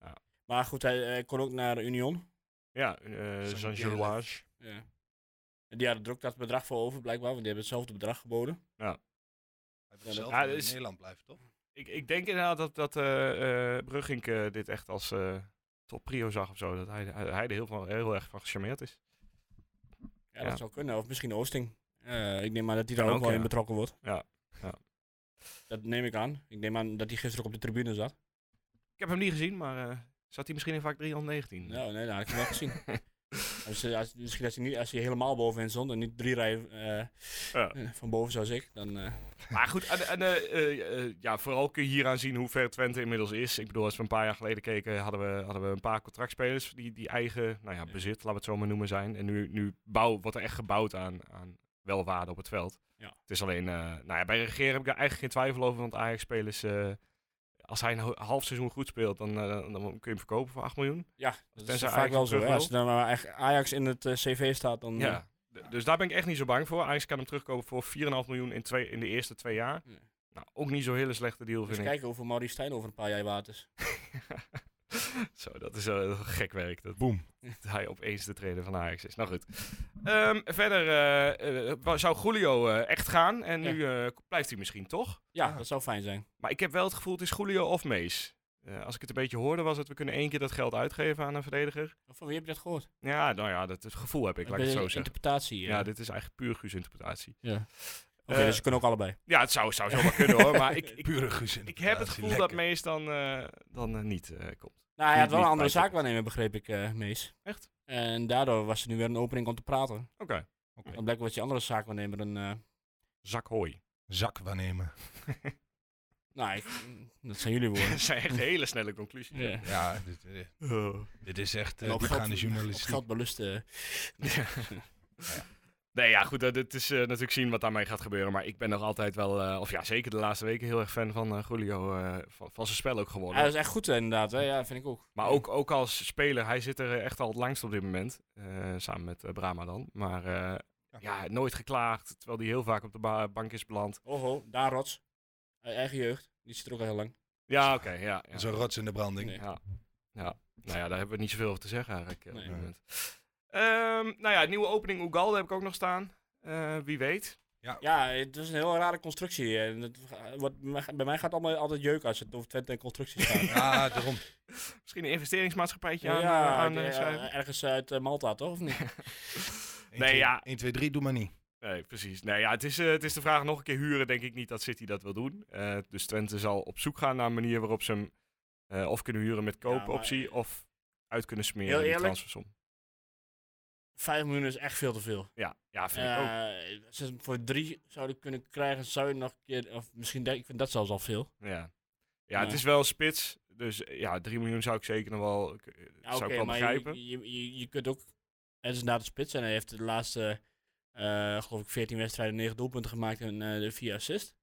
S1: Ja.
S4: Maar goed, hij, hij kon ook naar Union.
S1: Ja, eh
S5: Zo'n
S1: Jean-Gelouage.
S4: Ja. Die hadden er ook dat bedrag voor over, blijkbaar, want die hebben hetzelfde bedrag geboden.
S5: hij
S4: dat-
S5: wil zelf
S1: Ja, dus
S5: in
S1: dat is-
S5: Nederland blijven, toch?
S1: Ik, ik denk inderdaad dat, dat eh, eh, Brugink eh, dit echt als, eh, top prio zag of zo. Dat hij, hij er heel, van, heel erg van gecharmeerd is.
S4: Ja, dat
S1: Ja.
S4: zou kunnen. Of misschien Oosting. Eh, ik neem aan dat hij daar
S1: Kan
S4: ook,
S1: ook,
S4: wel
S1: ja.
S4: in betrokken wordt.
S1: Ja, ja.
S4: Dat neem ik aan. Ik neem aan dat hij gisteren ook op de tribune zat.
S1: Ik heb hem niet gezien, maar eh, zat hij misschien in vaak 319?
S4: Nou, nee, dat had ik hem wel gezien. Als, eh, als, misschien als hij, niet, als hij helemaal bovenin stond en niet drie rijen eh,
S1: Ja.
S4: eh, van boven zoals ik, dan... eh,
S1: Maar goed, en, en, eh, eh, eh, ja, vooral kun je hieraan zien hoe ver Twente inmiddels is. Ik bedoel, als we een paar jaar geleden keken, hadden we, hadden we een paar contractspelers die, die eigen nou ja, bezit, laten we het zo maar noemen, zijn. En nu, nu bouw, wordt er echt gebouwd aan, aan welwaarde op het veld.
S4: Ja.
S1: Het is alleen, eh, nou ja, bij regeren heb ik daar eigenlijk geen twijfel over, want Ajax-spelers, eh, als hij een ho- half seizoen goed speelt, dan, eh, dan kun je hem verkopen voor 8 miljoen.
S4: ja, dat is
S1: Tenzij
S4: vaak
S1: Ajax
S4: wel zo.
S1: terug
S4: hè.
S1: wil.
S4: Als dan maar echt Ajax in het eh, cv staat, dan... eh,
S1: Ja. D- Dus daar ben ik echt niet zo bang voor. Ajax kan hem terugkopen voor 4,5 miljoen in, twee, in de eerste twee jaar.
S4: Ja.
S1: Nou, ook niet zo'n hele slechte deal,
S4: Eens
S1: vind ik.
S4: kijken hoeveel Maurice Stijn over een paar jaar waard is.
S1: Zo, dat is eh, gek werk. Dat
S5: Boom.
S1: dat hij opeens de trainer van Ajax is. Nou goed. Ehm, verder eh, eh, wa- zou Julio eh, echt gaan. En nu eh, blijft hij misschien toch.
S4: Ja,
S5: Ja.
S4: dat zou fijn zijn.
S1: Maar ik heb wel het gevoel, het is Julio of Mees. Eh, als ik het een beetje hoorde, was het... We kunnen één keer dat geld uitgeven aan een verdediger.
S4: Van wie heb je dat gehoord?
S1: Ja, nou ja, dat, het gevoel heb ik, laat ik het
S4: Bij
S1: zo
S4: de
S1: zeggen.
S4: interpretatie. eh.
S1: Ja, dit is eigenlijk puur Guus interpretatie.
S4: Ja. Oké,
S1: Eh,
S4: dus ze kunnen ook allebei.
S1: Ja, het zou, zou zomaar kunnen hoor. Maar ik, ik,
S5: Pure gezin.
S1: ik heb het gevoel dat Mees dan, eh, dan eh, niet eh, komt.
S4: Nou, hij
S1: Die
S4: had wel een
S1: niet
S4: andere
S1: bij-
S4: zaak waarnemen, begreep ik, eh, Mees.
S1: Echt?
S4: En daardoor was er nu weer een opening om te praten.
S1: Oké,
S4: Dan blijkt wat je andere zaak waarnemen dan... eh,
S1: zak hooi.
S5: Zak waarnemen.
S4: nou, ik- dat zijn jullie woorden.
S1: Dat zijn echt hele snelle Oh. conclusies.
S4: Ja.
S5: Ja, dit, eh, dit is echt
S4: En
S5: eh
S4: op
S5: diepgaande
S4: geld- Op
S5: journalistiek.
S4: geld belusten.
S1: Oh, Nee, ja, goed. eh, dit is eh, natuurlijk zien wat daarmee gaat gebeuren. Maar ik ben nog altijd wel, eh, of ja, zeker de laatste weken heel erg fan van eh, Julio. eh, van, van zijn spel ook
S4: Ja,
S1: geworden.
S4: dat is echt goed, eh, inderdaad. Hè? Ja, vind ik ook.
S1: Maar ook, ook als speler, hij zit er eh, echt al het langst op dit moment. eh, samen met eh, Brahma dan. Maar eh, ja, nooit geklaagd. Terwijl hij heel vaak op de ba- bank is beland.
S4: Oho, Daan Oh, Rots. Eh, eigen jeugd. Die zit er ook al heel lang.
S1: Ja, oké. ja, ja.
S5: Zo'n rots in de branding.
S4: Nee.
S1: Ja. ja. Nou ja, daar hebben we niet zoveel over te zeggen eigenlijk. eh, op dit
S4: Nee.
S1: moment. Ehm, nou ja, nieuwe opening Ugalde heb ik ook nog staan. Eh, wie weet.
S4: Ja, het is een heel rare constructie. eh. En het, wat, bij mij gaat allemaal altijd jeuk als het over Twente en constructie gaat.
S5: Ja, daarom.
S1: Misschien een investeringsmaatschappijtje aan,
S4: Ja,
S1: eh, aan
S4: ik-
S1: eh,
S4: ja,
S1: schrijven.
S4: ergens uit eh, Malta, toch? Of niet?
S5: 1,
S1: Nee,
S5: 2,
S1: ja.
S5: 1, 2, 3, doe maar niet.
S1: Nee, precies. Nee, ja, het, is, eh, het is de vraag nog een keer huren. Denk ik niet dat City dat wil doen. Eh, dus Twente zal op zoek gaan naar een manier waarop ze hem eh, of kunnen huren met koopoptie of uit kunnen smeren
S4: Heel
S1: in de
S4: eerlijk?
S1: transfersom.
S4: Vijf miljoen is echt veel te veel.
S1: Ja, ja vind ik ook.
S4: Eh, als ze hem voor drie zouden kunnen krijgen, zou je nog een keer, of misschien, denk- ik vind dat zelfs al veel.
S1: Ja, ja het
S4: Ja.
S1: is wel spits. Dus eh, ja, 3 miljoen zou ik zeker nog wel, k- eh,
S4: Ja,
S1: zou
S4: oké,
S1: ik wel
S4: maar
S1: begrijpen.
S4: Je, je, je, je kunt ook, het is na de spits en hij heeft de laatste, eh, geloof ik, 14 wedstrijden, 9 doelpunten gemaakt en eh, de 4 assist.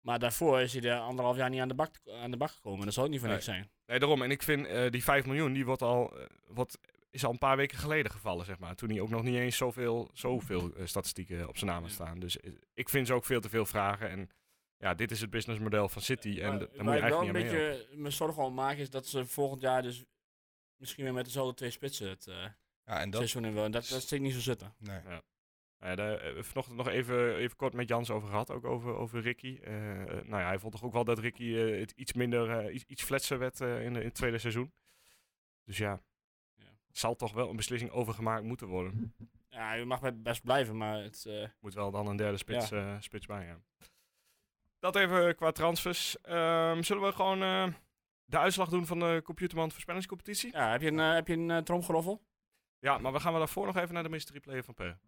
S4: Maar daarvoor is hij de anderhalf jaar niet aan de bak, aan de bak gekomen. Dat zal ook niet voor
S1: Nee.
S4: niks zijn.
S1: Nee, daarom. En ik vind eh, die 5 miljoen, die wordt al, eh, wordt, is al een paar weken geleden gevallen, zeg maar. Toen hij ook nog niet eens zoveel, zoveel eh, statistieken op zijn naam had
S4: Ja.
S1: staan. Dus eh, ik vind ze ook veel te veel vragen. En ja, dit is het businessmodel van City. En
S4: Maar-
S1: d- daar moet
S4: waar
S1: je
S4: ik wel
S1: eigenlijk
S4: een
S1: niet aan mee.
S4: beetje me zorgen om maak is dat ze volgend jaar dus misschien weer met dezelfde twee spitsen het eh,
S5: Ja, en dat...
S4: seizoen in willen. Dat, dat steekt niet zo zitten.
S5: Nee.
S1: Nou ja, daar hebben we vanochtend nog even, even kort met Jans over gehad, ook over, over Ricky. Eh, nou ja, hij vond toch ook wel dat Ricky eh, het iets minder, eh, iets, iets fletser werd eh, in, de- in het tweede seizoen. Dus ja,
S4: Ja.
S1: zal toch wel een beslissing overgemaakt moeten worden.
S4: Ja, je mag bij- best blijven, maar het... eh,
S1: Moet wel dan een derde spits, eh, spits bij, ja. Dat even qua transfers. Ehm, zullen we gewoon eh, de uitslag doen van de Computerman voorspellingscompetitie?
S4: Ja, heb je een, eh, heb je een eh, tromgeroffel?
S1: Ja, maar we gaan wel daarvoor nog even naar de mystery player van Per.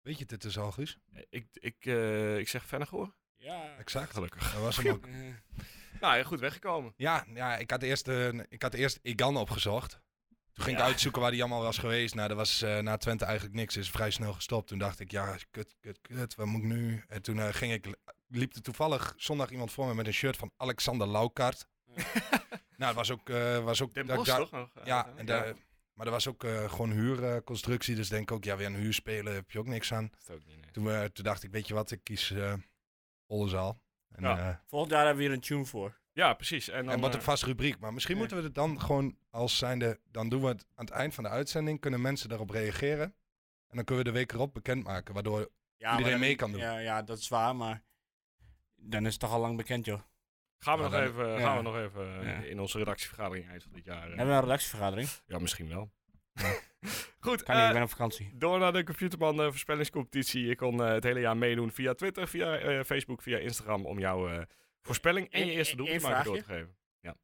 S5: Weet je het, het is al, Guus?
S1: Eh, Ik, ik, eh, ik zeg Vennegoor.
S4: Ja.
S5: Exact.
S1: Gelukkig.
S5: Dat was hem ook.
S4: Eh,
S1: Nou ja, goed weggekomen.
S5: Ja, ja ik, had eerst, eh, ik had eerst Egan opgezocht. Toen ging
S1: Ja.
S5: ik uitzoeken waar hij allemaal was geweest. Nou, er was eh, na Twente eigenlijk niks. Is vrij snel gestopt. Toen dacht ik, ja, kut, kut, kut. Wat moet ik nu? En toen eh, ging ik, liep er toevallig zondag iemand voor me met een shirt van Alexander Laukart. nou, het was ook... eh, was ook
S1: Den
S5: dat ik
S1: Bosch
S5: daar-
S1: toch nog? eh,
S5: Ja, en daar, maar er was ook eh, gewoon huurconstructie. dus denk ik ook, ja, weer een huurspeler heb je ook niks aan.
S1: Dat is ook niet, nee.
S5: Toen, eh, toen dacht ik, weet je wat, ik kies eh Oldenzaal. En,
S1: Ja.
S5: eh,
S4: Volgend jaar hebben we hier een tune voor.
S1: Ja, precies. En dan,
S5: en wat
S1: eh,
S5: een vast rubriek. Maar misschien
S4: Ja.
S5: moeten we het dan gewoon als zijnde. Dan doen we het aan het eind van de uitzending. Kunnen mensen daarop reageren. En dan kunnen we de week erop bekendmaken. Waardoor
S4: Ja,
S5: Iedereen
S4: maar dan-
S5: mee kan doen.
S4: Ja, ja, dat is waar, maar dan is het toch al lang bekend, joh.
S1: Gaan we,
S5: Ja,
S1: nog,
S5: dan-
S1: even,
S4: ja.
S1: gaan we nog even eh,
S4: Ja.
S1: in onze redactievergadering eind van dit jaar. eh,
S4: Hebben we een redactievergadering?
S1: Ja, misschien wel. Goed,
S4: Kan niet,
S1: eh,
S4: ik ben op vakantie.
S1: Door naar de Computerman eh, voorspellingscompetitie. Je kon eh, het hele jaar meedoen via Twitter, via eh, Facebook, via Instagram om jouw eh, voorspelling en
S4: Eén-
S1: je eerste
S4: één- één
S1: doelpunt maken door
S4: vraagje.
S1: te geven.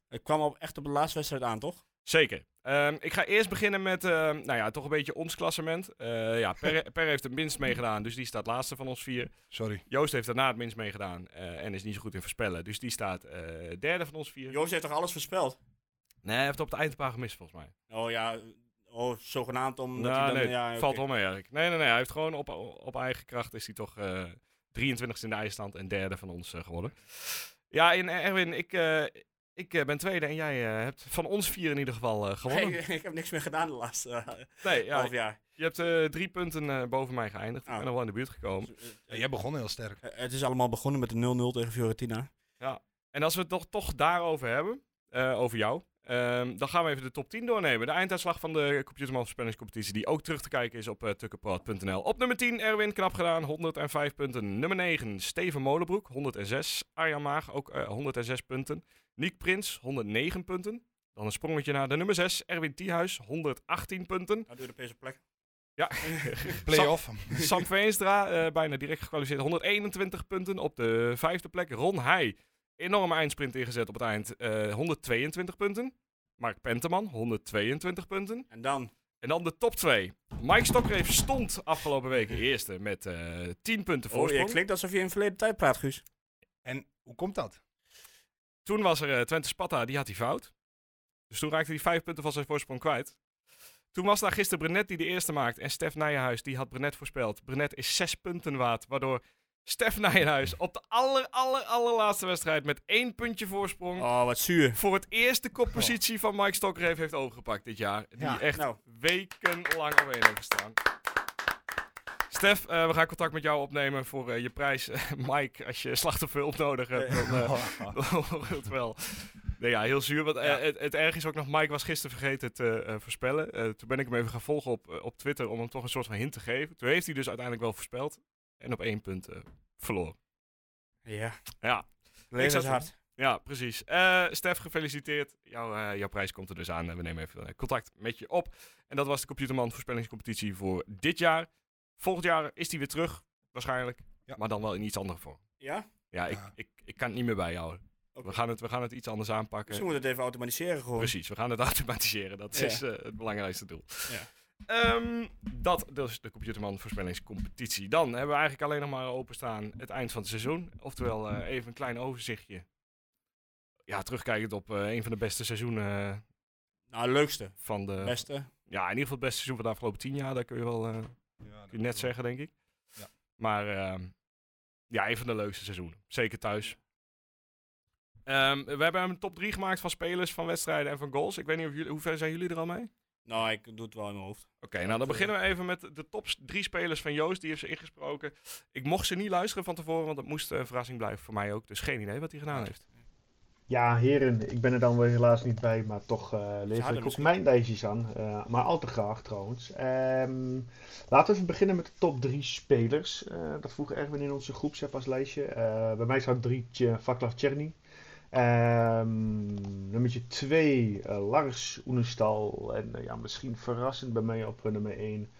S4: Het kwam op, echt op de laatste wedstrijd aan, toch?
S1: Zeker. Ehm, ik ga eerst beginnen met, ehm, nou ja, toch een beetje ons klassement. Eh, ja, per, per heeft het minst meegedaan, dus die staat laatste van ons vier.
S5: Sorry.
S1: Joost heeft daarna het minst meegedaan eh, en is niet zo goed in voorspellen, dus die staat eh, derde van ons vier.
S4: Joost heeft toch alles voorspeld?
S1: nee, hij heeft op het eind een paar gemist volgens mij.
S4: Oh ja, oh, zogenaamd omdat hij
S1: Nou,
S4: dan...
S1: nee,
S4: ja, oké.
S1: valt wel mee eigenlijk. Nee, nee, nee, hij heeft gewoon op, op eigen kracht is hij toch eh 23 in de eindstand en derde van ons eh, geworden. Ja, en eh, Erwin, ik, eh, ik eh, ben tweede en jij eh, hebt van ons vier in ieder geval eh, gewonnen.
S4: Nee, ik heb niks meer gedaan de laatste eh,
S1: Nee, ja,
S4: half jaar.
S1: je hebt eh, drie punten eh, boven mij geëindigd. Ik
S4: Ah.
S1: ben nog wel in de buurt gekomen.
S5: Ja, jij begon heel sterk.
S4: Eh, Het is allemaal begonnen met een 0-0 tegen Fiorentina.
S1: En als we het toch, toch daarover hebben, eh, over jou, ehm, dan gaan we even de top 10 doornemen. De einduitslag van de Computerman Voorspellingscompetitie, die ook terug te kijken is op eh tukkenproad.nl. Op nummer 10, Erwin, knap gedaan, 105 punten. Nummer 9, Steven Molenbroek, 106. Arjan Maag, ook eh, 106 punten. Niek Prins, 109 punten. Dan een sprongetje naar de nummer 6, Erwin Thiehuis, 118 punten.
S4: Nou, de Europese plek.
S1: Ja,
S5: Play-off.
S1: Sam Veenstra, eh, bijna direct gekwalificeerd. 121 punten op de vijfde plek. Ron Heij, enorme eindsprint ingezet op het eind. eh, 122 punten. Mark Penteman, 122 punten.
S4: En dan?
S1: En dan de top 2. Mike Stokreef stond afgelopen week eerste met eh 10 punten
S4: Oh, je
S1: voorsprong.
S4: klinkt alsof je in verleden tijd praat, Guus.
S5: En hoe komt dat?
S1: Toen was er eh, Twente Spatta, die had die fout. Dus toen raakte hij vijf punten van zijn voorsprong kwijt. Toen was daar gisteren Brenet die de eerste maakt. En Stef Nijenhuis, die had Brenet voorspeld. Brenet is zes punten waard, waardoor Stef Nijenhuis op de aller, aller, allerlaatste wedstrijd met één puntje voorsprong...
S4: Oh, wat zuur.
S1: voor het eerst de koppositie van Mike Stokreef heeft overgepakt dit jaar. Die
S5: Ja,
S1: echt
S4: nou.
S1: wekenlang op één heeft gestaan. Stef, eh, we gaan contact met jou opnemen voor eh, je prijs. Mike, als je slachtofferhulp nodig hebt, dan, eh, het wel. Nee, ja, heel zuur. Want eh, het, het erg is ook nog, Mike was gisteren vergeten te eh, voorspellen. Eh, toen ben ik hem even gaan volgen op, eh, op Twitter om hem toch een soort van hint te geven. Toen heeft hij dus uiteindelijk wel voorspeld. En op één punt eh, verloren.
S4: Ja,
S1: Ja,
S4: leven
S1: zat-
S4: is hard.
S1: ja precies. Eh, Stef, gefeliciteerd. Jouw, eh, jouw prijs komt er dus aan. Eh, We nemen even eh, contact met je op. En dat was de Computerman voorspellingscompetitie voor dit jaar. Volgend jaar is die weer terug, waarschijnlijk.
S5: Ja.
S1: Maar dan wel in iets andere vorm.
S4: Ja?
S1: Ja, ik,
S5: Ja.
S1: ik, ik kan het niet meer bijhouden.
S4: Oké.
S1: We, gaan het, we gaan het iets anders aanpakken.
S4: Misschien moeten we het even automatiseren gewoon.
S1: Precies, we gaan het automatiseren. Dat
S4: Ja.
S1: is eh, het belangrijkste doel.
S4: Ja.
S1: Ehm, dat dus de Computerman voorspellingscompetitie. Dan hebben we eigenlijk alleen nog maar openstaan het eind van het seizoen. Oftewel eh, even een klein overzichtje. Ja, terugkijkend op eh, een van de beste seizoenen eh,
S4: Nou, leukste.
S1: van de...
S4: Beste.
S1: Ja, in ieder geval het beste seizoen van de afgelopen tien jaar. Dat kun je wel eh,
S5: Ja,
S1: kun je net zeggen, denk ik.
S5: Ja.
S1: Maar ehm, ja, een van de leukste seizoenen. Zeker thuis. Ehm, we hebben een top 3 gemaakt van spelers, van wedstrijden en van goals. Ik weet niet of jullie, hoe ver zijn jullie er al mee?
S4: Nou, ik doe het wel in mijn hoofd.
S1: Oké, nou dan beginnen we even met de top s- drie spelers van Joost. Die heeft ze ingesproken. Ik mocht ze niet luisteren van tevoren, want het moest eh, een verrassing blijven voor mij ook. Dus geen idee wat hij gedaan heeft.
S7: Ja, heren, ik ben er dan weer helaas niet bij, maar toch eh lever
S4: hadden
S7: ik ook
S4: misschien-
S7: mijn lijstjes aan. Eh, maar al te graag trouwens. Ehm, laten we even beginnen met de top drie spelers. Eh, dat vroeg Erwin in onze groepsapp als lijstje. Eh, bij mij staat drie Tje- Vaclav Czerny. Ehm nummertje 2, Lars Oenestal. En eh, ja, misschien verrassend bij mij op eh, nummer 1.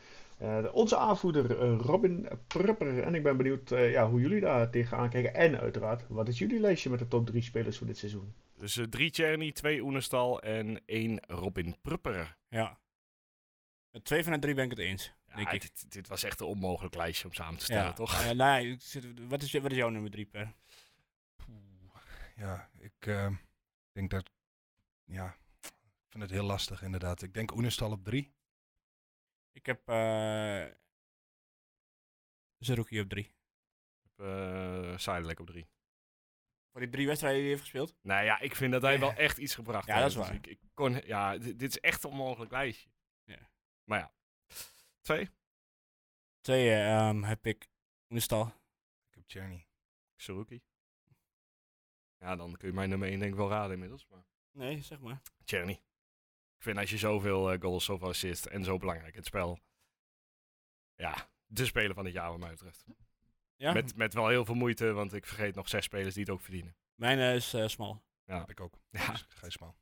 S7: onze aanvoerder eh, Robin Prupper. En ik ben benieuwd eh, ja, hoe jullie daar tegenaan kijken. En uiteraard, wat is jullie lijstje met de top 3 spelers voor dit seizoen?
S1: Dus eh, drie Tjerni, twee Oenestal en één Robin Prupper.
S4: Ja. Met twee van de drie ben ik het eens.
S1: Ja,
S4: denk ik.
S1: dit, dit was echt een onmogelijk lijstje om samen te stellen, toch?
S4: Eh, nou, ja, ik zit- wat, is, wat is jouw nummer drie, Per?
S5: Ja, ik eh, denk dat... Ja, ik vind het heel lastig inderdaad. Ik denk Oenestal op drie.
S4: Ik heb... eh Zerouki op drie.
S1: Eh Zijdelijk op drie.
S4: Voor die drie wedstrijden die hij heeft gespeeld?
S1: Nou ja, ik vind dat hij wel echt iets gebracht
S4: Ja,
S1: heeft.
S4: dat is waar.
S1: Dus ik, ik kon, ja, dit, dit is echt een onmogelijk lijstje.
S4: Ja.
S1: Maar ja. Twee?
S4: Twee eh, ehm, heb ik. Oenestal.
S5: Ik heb Czerny.
S1: Suzuki. Ja, dan kun je mijn nummer één denk ik wel raden inmiddels. Maar...
S4: Nee, zeg maar.
S1: Tjerni. Ik vind als je zoveel eh, goals, zoveel assists en zo belangrijk in het spel. Ja, de speler van het jaar wat mij betreft.
S4: Ja?
S1: Met, met wel heel veel moeite, want ik vergeet nog zes spelers die het ook verdienen.
S4: Mijn eh, is eh, smal.
S5: Heb ik ook.
S1: Ja.
S5: Dus Gijs Smal.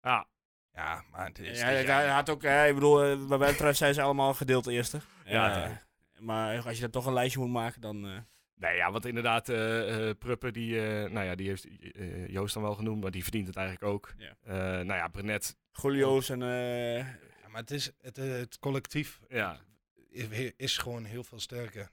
S1: Ja.
S5: Ja, maar het is...
S4: Ja, hij- hij had ook, eh, ik bedoel, eh, wat mij betreft zijn ze allemaal gedeeld eerste.
S1: Ja,
S4: Eh,
S1: tuurlijk.
S4: maar als je dan toch een lijstje moet maken, dan... eh,
S1: Nee, ja, want inderdaad, eh eh, Pruppen, die, eh, nou ja, die heeft eh, Joost dan wel genoemd, maar die verdient het eigenlijk ook.
S4: Ja.
S1: Eh, nou ja, Brenet,
S4: Julio's en... eh,
S5: Ja, maar het, is, het, eh, het collectief
S1: ja.
S5: is, is gewoon heel veel sterker.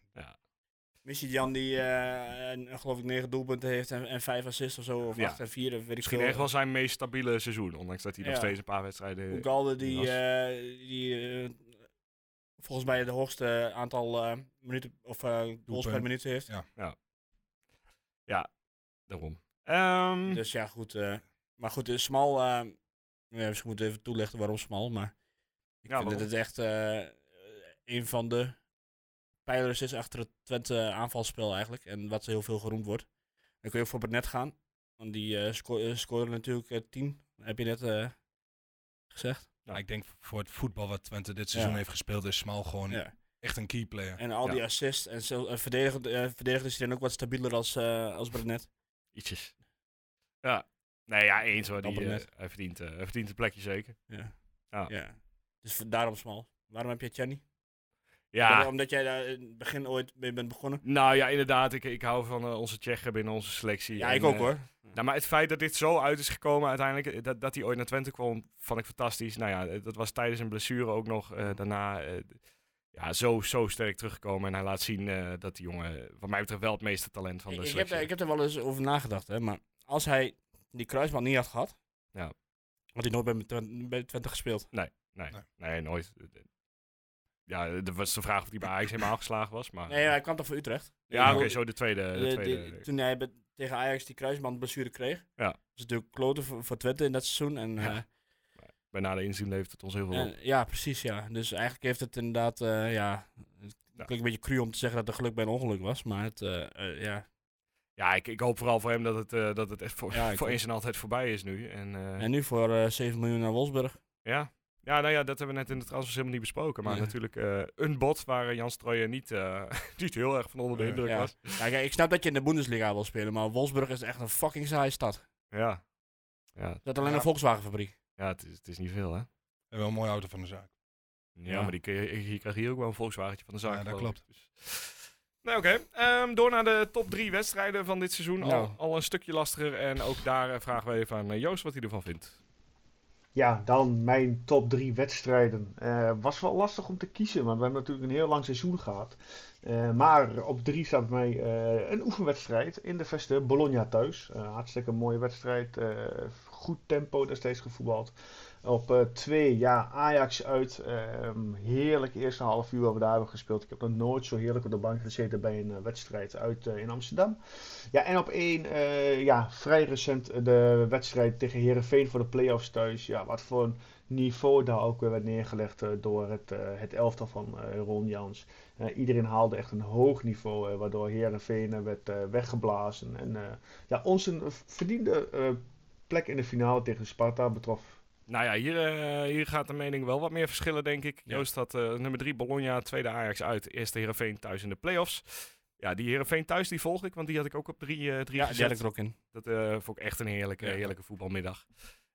S4: Missy Jan die, eh, een- geloof ik, negen doelpunten heeft en, en vijf assists of zo. Of
S1: Ja.
S4: acht en vier, dat weet ik
S1: Misschien
S4: veel.
S1: echt wel zijn meest stabiele seizoen, ondanks dat hij nog
S4: Ja.
S1: steeds een paar wedstrijden...
S4: Ugalde die,
S1: Jonas.
S4: eh, die eh, volgens mij het hoogste aantal eh, minuten of eh goals per
S5: Doelpunten.
S4: minuut heeft.
S1: Daarom. Ehm,
S4: Dus ja, goed. eh, maar goed, eh, Smal, eh, ja, misschien moeten we even toelichten waarom Smal, maar ik
S1: Ja,
S4: vind dat
S1: waarom?
S4: het echt eh, een van de pijlers is achter het Twente aanvalsspel eigenlijk. En wat heel veel geroemd wordt. Dan kun je ook voor Brenet gaan, want die eh, sco- eh, scoorde natuurlijk eh, 10, heb je net eh, gezegd.
S5: Maar ik denk voor het voetbal wat Twente dit seizoen
S4: Ja.
S5: heeft gespeeld, is Smal gewoon
S1: Oh,
S4: Ja.
S5: echt een key player.
S4: En al die assists en zo, eh, verdedigend, eh, verdedigend is hij dan ook wat stabieler als, eh als Brenet.
S1: Ietsjes. Ja. Nee, ja, eens hoor. Die,
S4: Amper
S1: eh,
S4: net.
S1: hij, verdient, eh, hij verdient een plekje zeker.
S4: Ja.
S1: Ja.
S4: ja. Dus v- daarom Smal. Waarom heb je Tjanni?
S1: Ja,
S4: Omdat jij daar in het begin ooit mee bent begonnen.
S1: nou ja, inderdaad. Ik, ik hou van eh, onze Tsjechen binnen onze selectie.
S4: Ja,
S1: En,
S4: ik ook
S1: eh,
S4: hoor.
S1: Nou, maar het feit dat dit zo uit is gekomen uiteindelijk, eh, dat, dat hij ooit naar Twente kwam, vond ik fantastisch. Nou ja, eh, dat was tijdens een blessure ook nog. eh, daarna, eh, d- ja, zo, zo sterk teruggekomen. En hij laat zien eh, dat die jongen, wat mij betreft, wel het meeste talent van de
S4: Ik, ik heb,
S1: selectie
S4: daar- ik heb er wel eens over nagedacht, hè, maar als hij die kruisband niet had gehad,
S1: Ja.
S4: had hij nooit bij Twente, bij Twente gespeeld.
S1: heeft.
S5: Nee.
S1: Nee, nee, nooit. Ja, er was de vraag of hij bij Ajax helemaal geslagen was. Maar...
S4: Nee, Eh, hij kwam toch voor Utrecht?
S1: Ah. ja, oké,
S4: Ik bedoel,
S1: zo de tweede.
S4: de-
S1: De,
S4: de-
S1: tweede. eh,
S4: toen hij bij- tegen Ajax die kruisbandblessure kreeg,
S1: Ja.
S4: dat is natuurlijk kloten voor, voor Twente in dat seizoen. En, eh,
S1: Ja. Bij na de inzien levert het ons heel veel op.
S4: en- ja, precies, ja. Dus eigenlijk heeft het inderdaad, eh, ja, het
S1: Ja.
S4: klinkt een beetje cru om te zeggen dat er geluk bij een ongeluk was, maar het, eh, eh, ja.
S1: Ja, ik, ik hoop vooral voor hem dat het, eh, dat het echt voor,
S4: Ja, ik
S1: voor
S4: ook.
S1: eens en altijd voorbij is nu. En, eh,
S4: En nu voor eh 7 miljoen naar Wolfsburg.
S1: Ja. ja, nou ja, dat hebben we net in de transfers helemaal niet besproken. Maar
S4: Nee.
S1: natuurlijk eh, een bot waar eh, Jan Strooijen niet, eh, niet heel erg van onder de
S5: Nee.
S1: indruk
S4: Ja.
S1: was.
S4: Ja, kijk, ik snap dat je in de Bundesliga wil spelen, maar Wolfsburg is echt een fucking saaie stad. Er
S1: Ja, ja,
S4: zit alleen
S5: Ja.
S4: een Volkswagenfabriek.
S1: ja het, is, het is niet veel, hè?
S5: En wel een mooie auto van de zaak.
S1: Ja,
S4: Ja.
S1: maar die, kun je- hier krijg je ook wel een Volkswagentje van de zaak.
S5: Ja, dat
S1: geloof ik. Dus- Nou oké, Ehm, door naar de top drie wedstrijden van dit seizoen.
S4: Nou.
S1: Al, al een stukje lastiger. En ook daar eh, vragen we even aan eh, Joost wat hij ervan vindt.
S7: Ja, dan mijn top drie wedstrijden. Eh, was wel lastig om te kiezen, want we hebben natuurlijk een heel lang seizoen gehad. Eh, maar op drie staat bij mij eh, een oefenwedstrijd in de veste Bologna thuis. Eh, hartstikke mooie wedstrijd. eh, goed tempo steeds gevoetbald. Op eh, twee, ja, Ajax uit. Ehm, heerlijk eerste half uur wat we daar hebben gespeeld. Ik heb nog nooit zo heerlijk op de bank gezeten bij een eh, wedstrijd uit eh, in Amsterdam. Ja, en op één, eh, ja, vrij recent eh, de wedstrijd tegen Herenveen voor de play-offs thuis. Ja, wat voor een niveau daar ook weer werd neergelegd eh, door het, eh, het elftal van eh, Ron Jans. Eh, iedereen haalde echt een hoog niveau, eh, waardoor Herenveen werd eh, weggeblazen. En eh, ja, ons een verdiende eh, plek in de finale tegen Sparta betrof.
S1: Nou ja, hier, eh, hier gaat de mening wel wat meer verschillen, denk ik.
S4: Ja.
S1: Joost had eh, nummer 3 Bologna, tweede Ajax uit, eerste Herenveen thuis in de play-offs. Ja, die Herenveen thuis die volg ik, want die had ik ook op 3 eh drie
S4: Ja, die
S1: gezet.
S4: had ik er ook in.
S1: Dat eh, vond ik echt een heerlijke,
S4: Ja.
S1: heerlijke voetbalmiddag.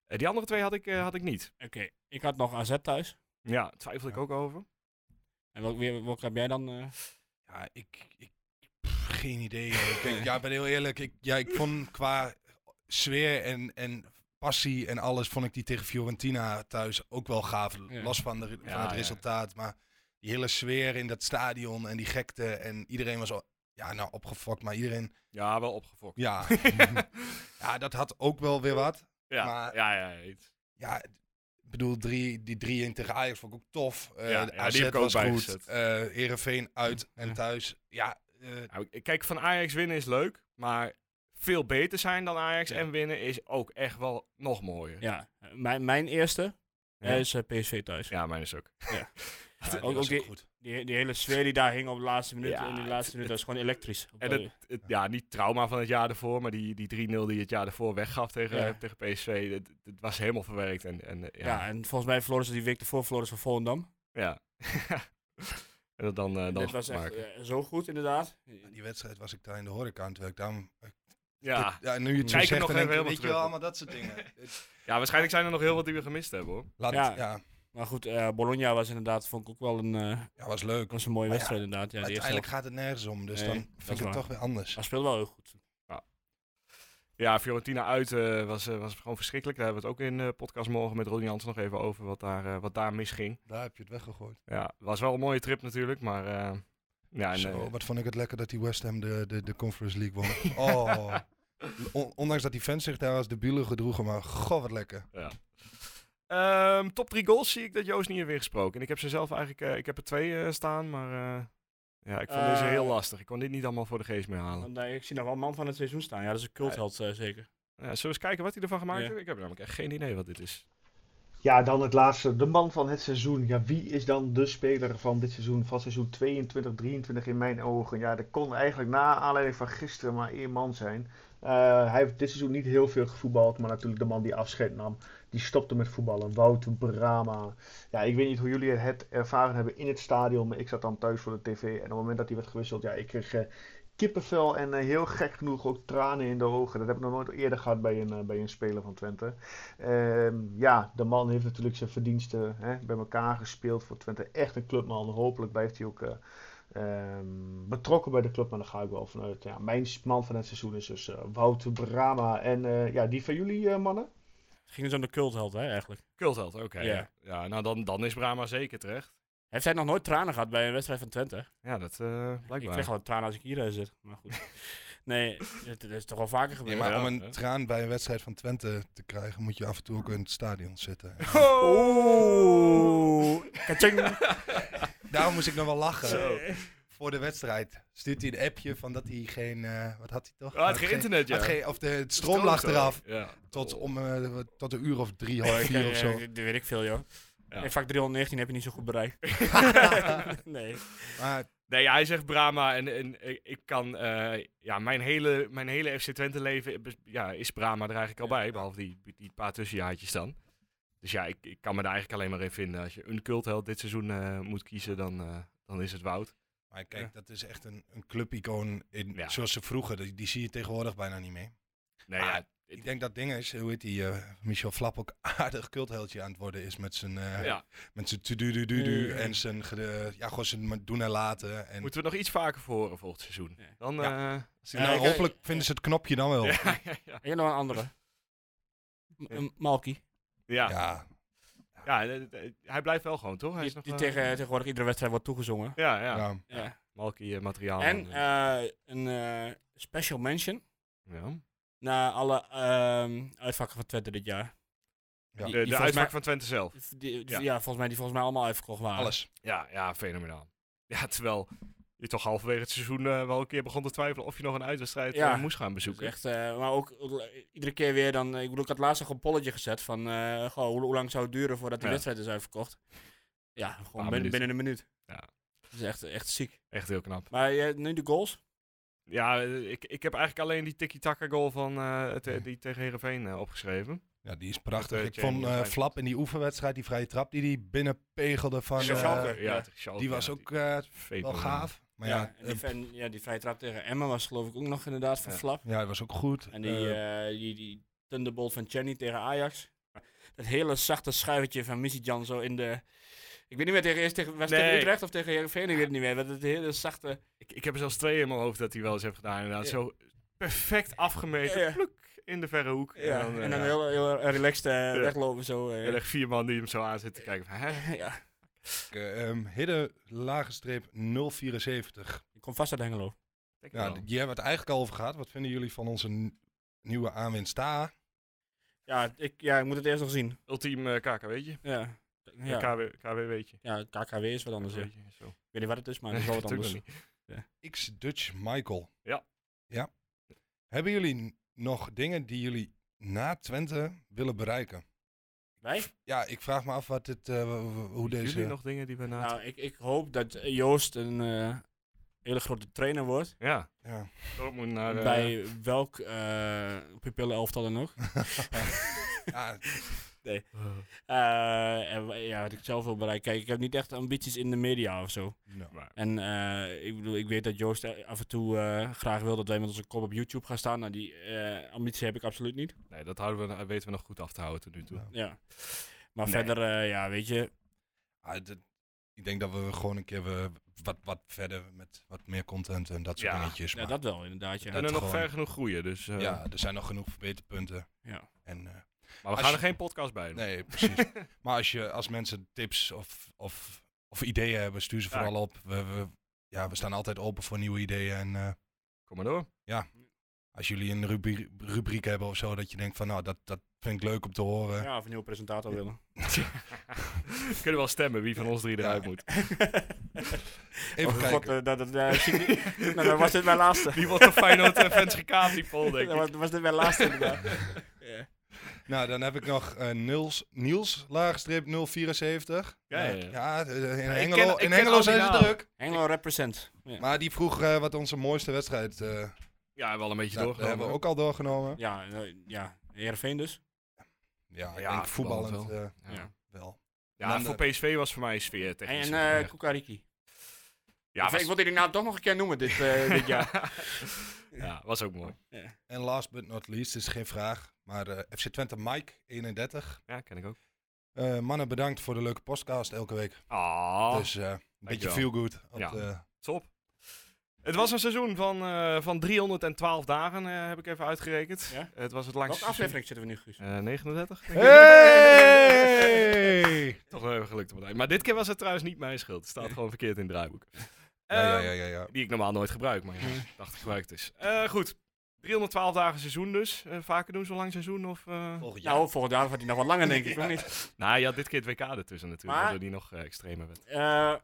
S1: Eh, die andere twee had ik, eh, had ik niet.
S4: Oké, ik had nog AZ thuis.
S1: Ja, twijfel ik
S5: Ja.
S1: ook over.
S4: En welk, weer- welke heb jij dan? eh?
S5: Ja, ik... ik pff, geen idee. joh. ik denk, ja, ik ben heel eerlijk. Ik, ja, ik vond qua sfeer en, en passie en alles, vond ik die tegen Fiorentina thuis ook wel gaaf.
S4: Ja.
S5: Los van, de, van
S1: Ja,
S5: het
S1: ja.
S5: resultaat. Maar die hele sfeer in dat stadion en die gekte. En iedereen was... al- Ja, nou, opgefokt. Maar iedereen...
S1: Ja, wel opgefokt.
S5: Ja, ja dat had ook wel weer wat.
S1: Ja,
S5: Maar-
S1: ja, ja. eens.
S5: ja, ik bedoel, drie, die 3 in tegen Ajax vond ik ook tof. Eh
S1: Ja, ja,
S5: de
S1: die
S5: AZ
S1: heb ik ook
S5: was
S1: bijgezet.
S5: goed. Eh Heerenveen uit en
S4: Ja.
S5: thuis. Ja, eh,
S1: Nou, ik- kijk, van Ajax winnen is leuk, maar veel beter zijn dan Ajax en winnen is ook echt wel nog mooier.
S4: Ja, eh, mijn, mijn eerste
S1: Ja.
S4: is eh, PSV thuis.
S1: Ja, mijn is ook.
S5: ja, die
S4: ook-
S5: was
S4: ook die-
S5: goed.
S4: Die, die hele sfeer die daar hing op de laatste minuut.
S1: Ja,
S4: en die
S1: het-
S4: laatste minuut, dat is gewoon elektrisch.
S1: En het, het- ja, niet trauma van het jaar ervoor, maar die, die 3-0 die het jaar ervoor weggaf tegen,
S4: Ja.
S1: tegen PSV, dat, dat was helemaal verwerkt. En, en, eh,
S4: ja.
S1: ja.
S4: en volgens mij verloren ze die week ervoor verloren ze van Volendam.
S1: ja. en dat dan, eh dan
S4: Dit was
S1: goed
S4: echt
S1: maken.
S4: eh, zo goed inderdaad.
S5: Aan die wedstrijd was ik daar in de horeca. en Terwijl ik daar
S1: Ja.
S5: eh, Ja, nu je het zo
S1: Kijken
S5: zegt,
S1: nog even
S5: dan denk ik,
S1: helemaal
S5: weet je
S1: terug,
S5: wel,
S1: hoor.
S5: allemaal dat soort dingen. Het-
S1: ja, waarschijnlijk zijn er nog heel wat die we gemist hebben hoor.
S5: Laat
S4: Ja.
S5: het- ja.
S4: Maar goed, eh, Bologna was inderdaad, vond ik ook wel een, eh,
S5: ja, was leuk.
S4: was een mooie
S5: Maar ja,
S4: wedstrijd inderdaad. Ja, de eerste
S5: Uiteindelijk
S4: helft.
S5: gaat het nergens om, dus
S4: Nee,
S5: dan
S4: dat
S5: vind
S4: is
S5: ik het
S4: waar.
S5: toch weer anders.
S4: Maar speelde wel heel goed.
S1: Ja, Fiorentina uit eh, was, eh, was gewoon verschrikkelijk. Daar hebben we het ook in eh podcast morgen met Ronnie Jans nog even over wat daar, eh, wat daar misging.
S5: Daar heb je het weggegooid.
S1: Ja, was wel een mooie trip natuurlijk, maar eh, ja, en,
S5: Zo,
S1: eh,
S5: wat vond ik het lekker dat die West Ham de, de, de Conference League won. Oh. On- ondanks dat die fans zich daar als debielen gedroegen, maar god wat lekker.
S1: Ehm, top drie goals zie ik dat Joost niet heeft weer gesproken. En ik heb ze zelf eigenlijk, eh, ik heb er twee eh, staan, maar eh, ja, ik vond deze
S4: Eh,
S1: heel lastig. Ik kon dit niet allemaal voor de geest meer halen.
S4: Want, eh, ik zie nog wel een man van het seizoen staan. Ja, dat is een cultheld eh, zeker.
S1: Ja, zullen we eens kijken wat hij ervan gemaakt
S4: Ja.
S1: heeft? Ik heb namelijk echt geen idee wat dit is.
S7: Ja, dan het laatste. De man van het seizoen. Ja, wie is dan de speler van dit seizoen? Van seizoen 22, 23 in mijn ogen. Ja, dat kon eigenlijk na aanleiding van gisteren maar één man zijn. Eh, hij heeft dit seizoen niet heel veel gevoetbald. Maar natuurlijk de man die afscheid nam. Die stopte met voetballen. Wouter Brama. Ja, ik weet niet hoe jullie het ervaren hebben in het stadion. Maar ik zat dan thuis voor de tv. En op het moment dat hij werd gewisseld, ja, ik kreeg eh, kippenvel. En eh, heel gek genoeg ook tranen in de ogen. Dat heb ik nog nooit eerder gehad bij een, eh, bij een speler van Twente. Ehm, ja, de man heeft natuurlijk zijn verdiensten hè, bij elkaar gespeeld voor Twente. Echt een clubman. Hopelijk blijft hij ook eh, ehm, betrokken bij de club. Maar daar ga ik wel vanuit. Ja, mijn man van het seizoen is dus eh, Wouter Brama. En eh, ja, die van jullie eh, mannen?
S4: Het ging dus om de cultheld, hè, eigenlijk.
S1: Kultheld, oké. Ja.
S4: Ja.
S1: nou dan, dan is Brahma zeker terecht.
S4: Heeft hij nog nooit tranen gehad bij een wedstrijd van Twente?
S1: Ja, dat eh,
S4: Ik
S1: blijkbaar.
S4: krijg al een traan als ik hier eh, zit. Maar goed. nee, dat dat is toch wel vaker
S5: Nee,
S4: gebeurd.
S5: maar
S1: ja,
S5: om een
S1: hè.
S5: traan bij een wedstrijd van Twente te krijgen, moet je af en toe ook in het stadion zitten.
S1: Oh!
S4: Kaching!
S5: Daarom moest ik nog wel lachen.
S1: Zo.
S5: Voor de wedstrijd stuurt hij een appje van dat hij geen, eh, wat had hij toch?
S1: Ah, het geen internet, ja.
S5: had geen- of de, het stroom lag eraf.
S1: Ja.
S5: Tot,
S1: Oh.
S5: om, eh, tot een uur of drie, half vier of zo.
S4: Dat weet ik veel, joh.
S1: Ja.
S4: In vak 319 heb je niet zo goed bereikt. nee.
S5: Maar
S1: Nee, ja, hij zegt Brahma en, en ik- ik kan... eh, ja, mijn hele, mijn hele FC Twente leven bes- ja, is Brahma er eigenlijk al bij. Behalve die, die paar tussenjaartjes dan. Dus ja, ik, ik kan me daar eigenlijk alleen maar in vinden. Als je een cultheld dit seizoen eh, moet kiezen, dan, eh, dan is het Wout.
S5: Maar kijk, dat is echt een, een clubicoon. In,
S1: Ja.
S5: Zoals ze vroeger, die, die zie je tegenwoordig bijna niet meer.
S1: Nee,
S5: Ah,
S1: ja,
S5: Ik denk dat ding is, hoe heet die, eh, Michel Flap ook aardig cultheeltje aan het worden is met zijn eh
S1: ja.
S5: met zijn tudu-du-du-du
S4: Mm.
S5: en zijn, gede- ja, gewoon zijn doen en laten. En,
S1: Moeten we het nog iets vaker voor horen volgend seizoen.
S4: Ja.
S1: Dan,
S5: Ja.
S1: eh, als die
S5: nou,
S1: nou-
S4: kijk,
S5: hopelijk vinden ze het knopje dan wel. Ja,
S1: ja, ja, ja.
S4: En nog een andere. M- een Malky.
S1: Ja. Ja, de- de- hij blijft wel gewoon, toch? Hij
S4: Die,
S1: is nog,
S4: die
S1: eh,
S4: tegen, tegenwoordig iedere wedstrijd wordt toegezongen.
S1: Ja, ja.
S5: ja.
S4: Ja.
S1: Malky eh, materiaal.
S4: En
S1: dan, eh,
S4: eh, een eh, special mention
S1: ja.
S4: naar alle ehm, uitvakken van Twente dit jaar.
S1: De,
S5: Ja.
S1: de
S4: volgens
S1: uitvak
S4: mij-
S1: van Twente zelf.
S4: Die- die-
S1: Ja.
S4: ja. volgens mij die volgens mij allemaal uitverkocht waren.
S5: alles.
S1: Ja, ja, fenomenaal. Ja, terwijl je toch halverwege het seizoen eh, wel een keer begon te twijfelen of je nog een uitwedstrijd
S4: Ja.
S1: eh, moest gaan
S4: Dus
S1: bezoeken.
S4: echt, eh, maar ook, ook le- iedere keer weer dan. eh, Ik bedoel, ik had laatst nog een polletje gezet van eh, goh, hoe, hoe lang zou het duren voordat de
S1: Ja.
S4: wedstrijd is uitverkocht. Ja, gewoon
S1: Paar
S4: binnen,
S1: minuten.
S4: binnen een minuut.
S1: Ja.
S4: Dat is echt, echt ziek.
S1: Echt heel knap.
S4: Maar eh, nu de goals.
S1: Ja, eh, ik, ik heb eigenlijk alleen die tiki-taka goal van, eh, te- die tegen Herenveen opgeschreven.
S5: Ja, die is
S1: Met,
S5: prachtig.
S1: eh,
S5: Ik vond
S1: Jamie
S5: eh,
S1: Vijf.
S5: Flap in die oefenwedstrijd, die vrije trap die die binnenpegelde van...
S4: Tegen
S5: eh,
S4: Schalke.
S1: ja,
S4: ja.
S1: tegen Schalke,
S5: die was
S1: ja,
S5: ook eh, wel
S1: fenomenaal.
S5: gaaf. Maar ja,
S4: en
S5: eh,
S4: die, fan- ja, die vrije trap tegen Emmen was geloof ik ook nog inderdaad van
S1: Ja.
S4: Flap.
S5: ja, die was ook goed.
S4: En die,
S5: Eh,
S4: eh, die, die thunderbolt van Chenny tegen Ajax. Dat hele zachte schuivetje van Missy Jan zo in de... Ik weet niet meer, tegen, eerst tegen, was het
S1: Nee.
S4: tegen Utrecht of tegen Heerenveen? Ik weet het niet meer. Dat het hele zachte...
S1: Ik, ik heb er zelfs twee in mijn hoofd dat hij wel eens heeft gedaan. Inderdaad,
S4: Ja.
S1: zo perfect afgemeten.
S4: Ja.
S1: Pluk, in de verre hoek.
S4: Ja,
S1: eh,
S4: en dan
S1: ja,
S4: heel, heel relaxed eh,
S1: Ja.
S4: weglopen zo. eh.
S1: heel erg vier man die hem zo aan zit te kijken. Van, hè?
S4: ja.
S5: eh, ehm, Hidde, lage streep 074.
S4: Ik kom vast uit Hengelo.
S1: Denk ik
S5: Ja,
S1: wel.
S5: die hebben we het eigenlijk al over gehad. Wat vinden jullie van onze n- nieuwe aanwinst daar?
S4: Ja ik, ja, ik moet het eerst nog zien.
S1: Ultiem eh, KKW'tje.
S4: Ja.
S1: Ja.
S4: Ja,
S1: KW, KWW'tje.
S4: ja KKW is wat anders. ja. Ik
S1: KKW'tje, zo.
S4: weet niet wat het is, maar het is wel wat
S1: Natuurlijk
S4: anders.
S1: niet.
S5: X-Dutch Michael.
S1: Ja.
S5: ja. Hebben jullie n- nog dingen die jullie na Twente willen bereiken?
S4: Wij?
S5: Ja, ik vraag me af wat dit, eh, w- w- hoe deze...
S1: Jullie nog dingen die we na...
S4: Nou, ik, ik hoop dat eh, Joost een eh, hele grote trainer wordt.
S1: Ja,
S5: Ja.
S1: Dortmund naar... eh,
S4: Bij welk eh pupillenelftal dan ook.
S5: ja,
S4: Nee. Eh, en, wa- ja, wat ik zelf wil bereiken. Kijk, ik heb niet echt ambities in de media of zo.
S5: Nou.
S4: En eh, ik bedoel, ik weet dat Joost eh, af en toe eh, graag wil dat wij met onze kop op YouTube gaan staan. Nou, die eh, ambitie heb ik absoluut niet.
S1: Nee, dat houden we, eh, weten we nog goed af te houden tot nu toe.
S5: Ja.
S4: Ja. Maar
S1: Nee.
S4: verder, eh, ja, weet je.
S5: Ah, dit- ik denk dat we gewoon een keer we- wat, wat verder met wat meer content en dat soort
S1: Ja,
S5: dingetjes.
S4: Ja,
S5: maar
S4: dat wel, inderdaad.
S1: We
S4: Ja.
S1: kunnen nog
S5: gewoon-
S1: ver genoeg groeien, dus... eh,
S5: ja, er zijn nog genoeg verbeterpunten.
S4: Ja.
S5: En, eh,
S1: Maar we
S5: Als
S1: gaan er
S5: je-
S1: geen podcast bij doen.
S5: nee, precies. maar als, je, als mensen tips of, of, of ideeën hebben, stuur ze
S1: Ja.
S5: vooral op. We, we, ja, we staan altijd open voor nieuwe ideeën. En eh,
S1: Kom maar door.
S5: als jullie een rubri- rubriek hebben of zo, dat je denkt van nou, dat, dat vind ik leuk om te horen.
S4: ja, of een nieuwe presentator willen.
S1: We kunnen wel stemmen wie van ons drie eruit moet.
S5: Even
S4: oh,
S5: kijken.
S4: god, eh, dat, dat, eh, zie ik niet. nou, dan was dit mijn laatste.
S1: Die wordt de Feyenoord eh, fans gekaapt, die poll, denk
S4: Dan
S1: ik.
S4: was, was dit mijn laatste, inderdaad. Ja.
S5: Nou, dan heb ik nog eh Niels, Niels, laagstreep 074.
S1: Ja, ja, ja.
S5: Eh, eh, in
S1: ken-
S5: Hengelo,
S1: ik ken
S5: in
S1: al
S5: Hengelo
S1: die
S5: zijn ze
S1: namen.
S5: druk.
S4: Engelo represent. Ja.
S5: Maar die vroeg eh, wat onze mooiste wedstrijd. eh nou,
S1: Ja, wel een beetje
S5: dat
S1: doorgegaan.
S5: hebben we ook al doorgenomen.
S4: Ja, eh, ja. Heerenveen dus.
S5: Ja, ik
S1: Ja,
S5: denk voetballend
S1: voetballend
S5: eh,
S1: Ja,
S4: Ja. eh,
S5: wel.
S1: Ja, voor PSV was voor mij sfeer
S4: En,
S1: technisch.
S4: eh, Kukariki.
S1: ja,
S4: Of
S1: was,
S4: Ik wilde die naam toch nog een keer noemen dit, eh, dit jaar.
S1: ja, was ook mooi.
S5: En last but not least, het is geen vraag, maar eh, FC Twente Mike 31.
S1: Ja, ken ik ook.
S5: Eh, mannen, bedankt voor de leuke podcast elke week.
S1: Ah,
S5: dus eh, een beetje
S1: dankjewel.
S5: feel good. Op,
S1: Ja.
S5: eh,
S1: top. Het was een seizoen van, eh, van 312 dagen, eh, heb ik even uitgerekend.
S4: Ja?
S1: Het was het
S4: Welke
S1: langste seizoen.
S4: aflevering zitten we nu, Guus?
S1: Eh, 39? denk ik.
S5: hey!
S1: Toch wel even gelukt op het eind. Maar dit keer was het trouwens niet mijn schuld. Het staat gewoon verkeerd in het draaiboek.
S5: ja, ja,
S1: Ehm,
S5: ja, ja, ja.
S1: Die ik normaal nooit gebruik, maar ja, ik dacht gebruikt is. Eh, goed, 312 dagen seizoen dus. Eh, vaker doen zo'n lang seizoen? Of, eh?
S5: Volgend jaar.
S4: Nou, volgend jaar wordt hij nog wat langer, denk ik. Of niet?
S1: Nou ja, dit keer het WK ertussen natuurlijk,
S4: Maar-
S1: waardoor die nog eh, extremer werd.
S4: Eh,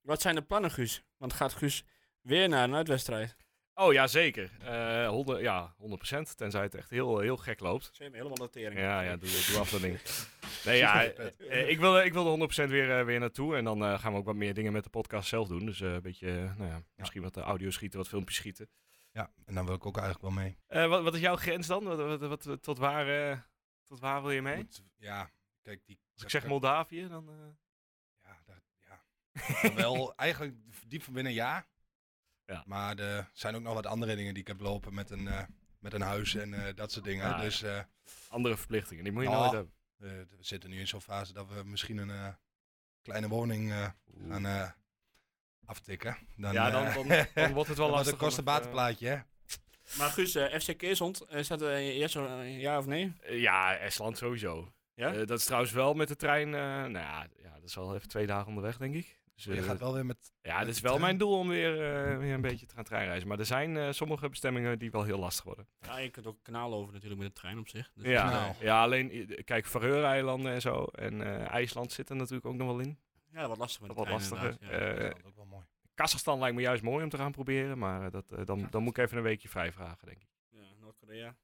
S4: wat zijn de plannen, Guus? Want gaat Guus weer naar een uitwedstrijd?
S1: Oh ja, zeker. Eh, 100, ja, 100%, tenzij het echt heel, heel gek loopt.
S4: Ze hebben helemaal notering.
S1: Ja, ja, doe, doe af dat ding. Nee, ja, eh, ik wil, ik wil er 100% weer, eh, weer naartoe. En dan eh, gaan we ook wat meer dingen met de podcast zelf doen. Dus eh, een beetje, eh, nou ja, misschien wat eh, audio schieten, wat filmpjes schieten.
S5: Ja, en dan wil ik ook eigenlijk wel mee.
S1: Eh, wat, wat is jouw grens dan? Wat, wat, wat- wat- tot, waar, eh, tot waar wil je mee?
S5: Moet- ja, kijk, die...
S1: Als ik zeg Moldavië, dan... eh,
S5: Ja, dat, ja. Maar wel eigenlijk diep van binnen ja.
S1: Ja.
S5: Maar er zijn ook nog wat andere dingen die ik heb lopen met een, eh, met een huis en eh, dat soort dingen.
S1: Ah, ja.
S5: dus eh,
S1: andere verplichtingen. Die moet je
S5: Nou,
S1: nooit hebben.
S5: eh, we zitten nu in zo'n fase dat we misschien een eh, kleine woning eh, gaan eh, aftikken. Dan,
S1: ja,
S5: eh,
S1: dan, dan, dan wordt het eh, wel
S5: dan wordt
S1: lastig.
S5: een kostenbatenplaatje, hè?
S4: Maar Guus, eh, FC Keesond, eh, staat er eerst zo'n eh, ja of nee?
S1: Eh, ja, Estland sowieso.
S4: Ja?
S1: Eh, dat is trouwens wel met de trein. eh, nou ja, ja, dat is wel even twee dagen onderweg, denk ik. Dus,
S5: je
S1: eh,
S5: gaat wel weer met...
S1: ja, dat
S5: de
S1: is wel
S5: trein.
S1: mijn doel om weer, eh, weer een beetje te gaan treinreizen. Maar er zijn eh, sommige bestemmingen die wel heel lastig worden.
S4: Ja, je kunt ook een kanaal over natuurlijk met de trein op zich. Dus
S1: Ja,
S5: Nou.
S1: ja alleen, eh, kijk, Faroe-eilanden en zo. En eh, IJsland zit er natuurlijk ook nog wel in.
S4: ja, wat lastiger met
S1: Dat wat
S4: de trein
S1: lastiger.
S4: inderdaad, ja.
S1: Eh,
S5: dat is ook wel mooi.
S1: Kazachstan lijkt me juist mooi om te gaan proberen. Maar eh, dat, eh, dan, dan moet ik even een weekje vrij vragen, denk ik.
S4: Ja, Noord-Korea.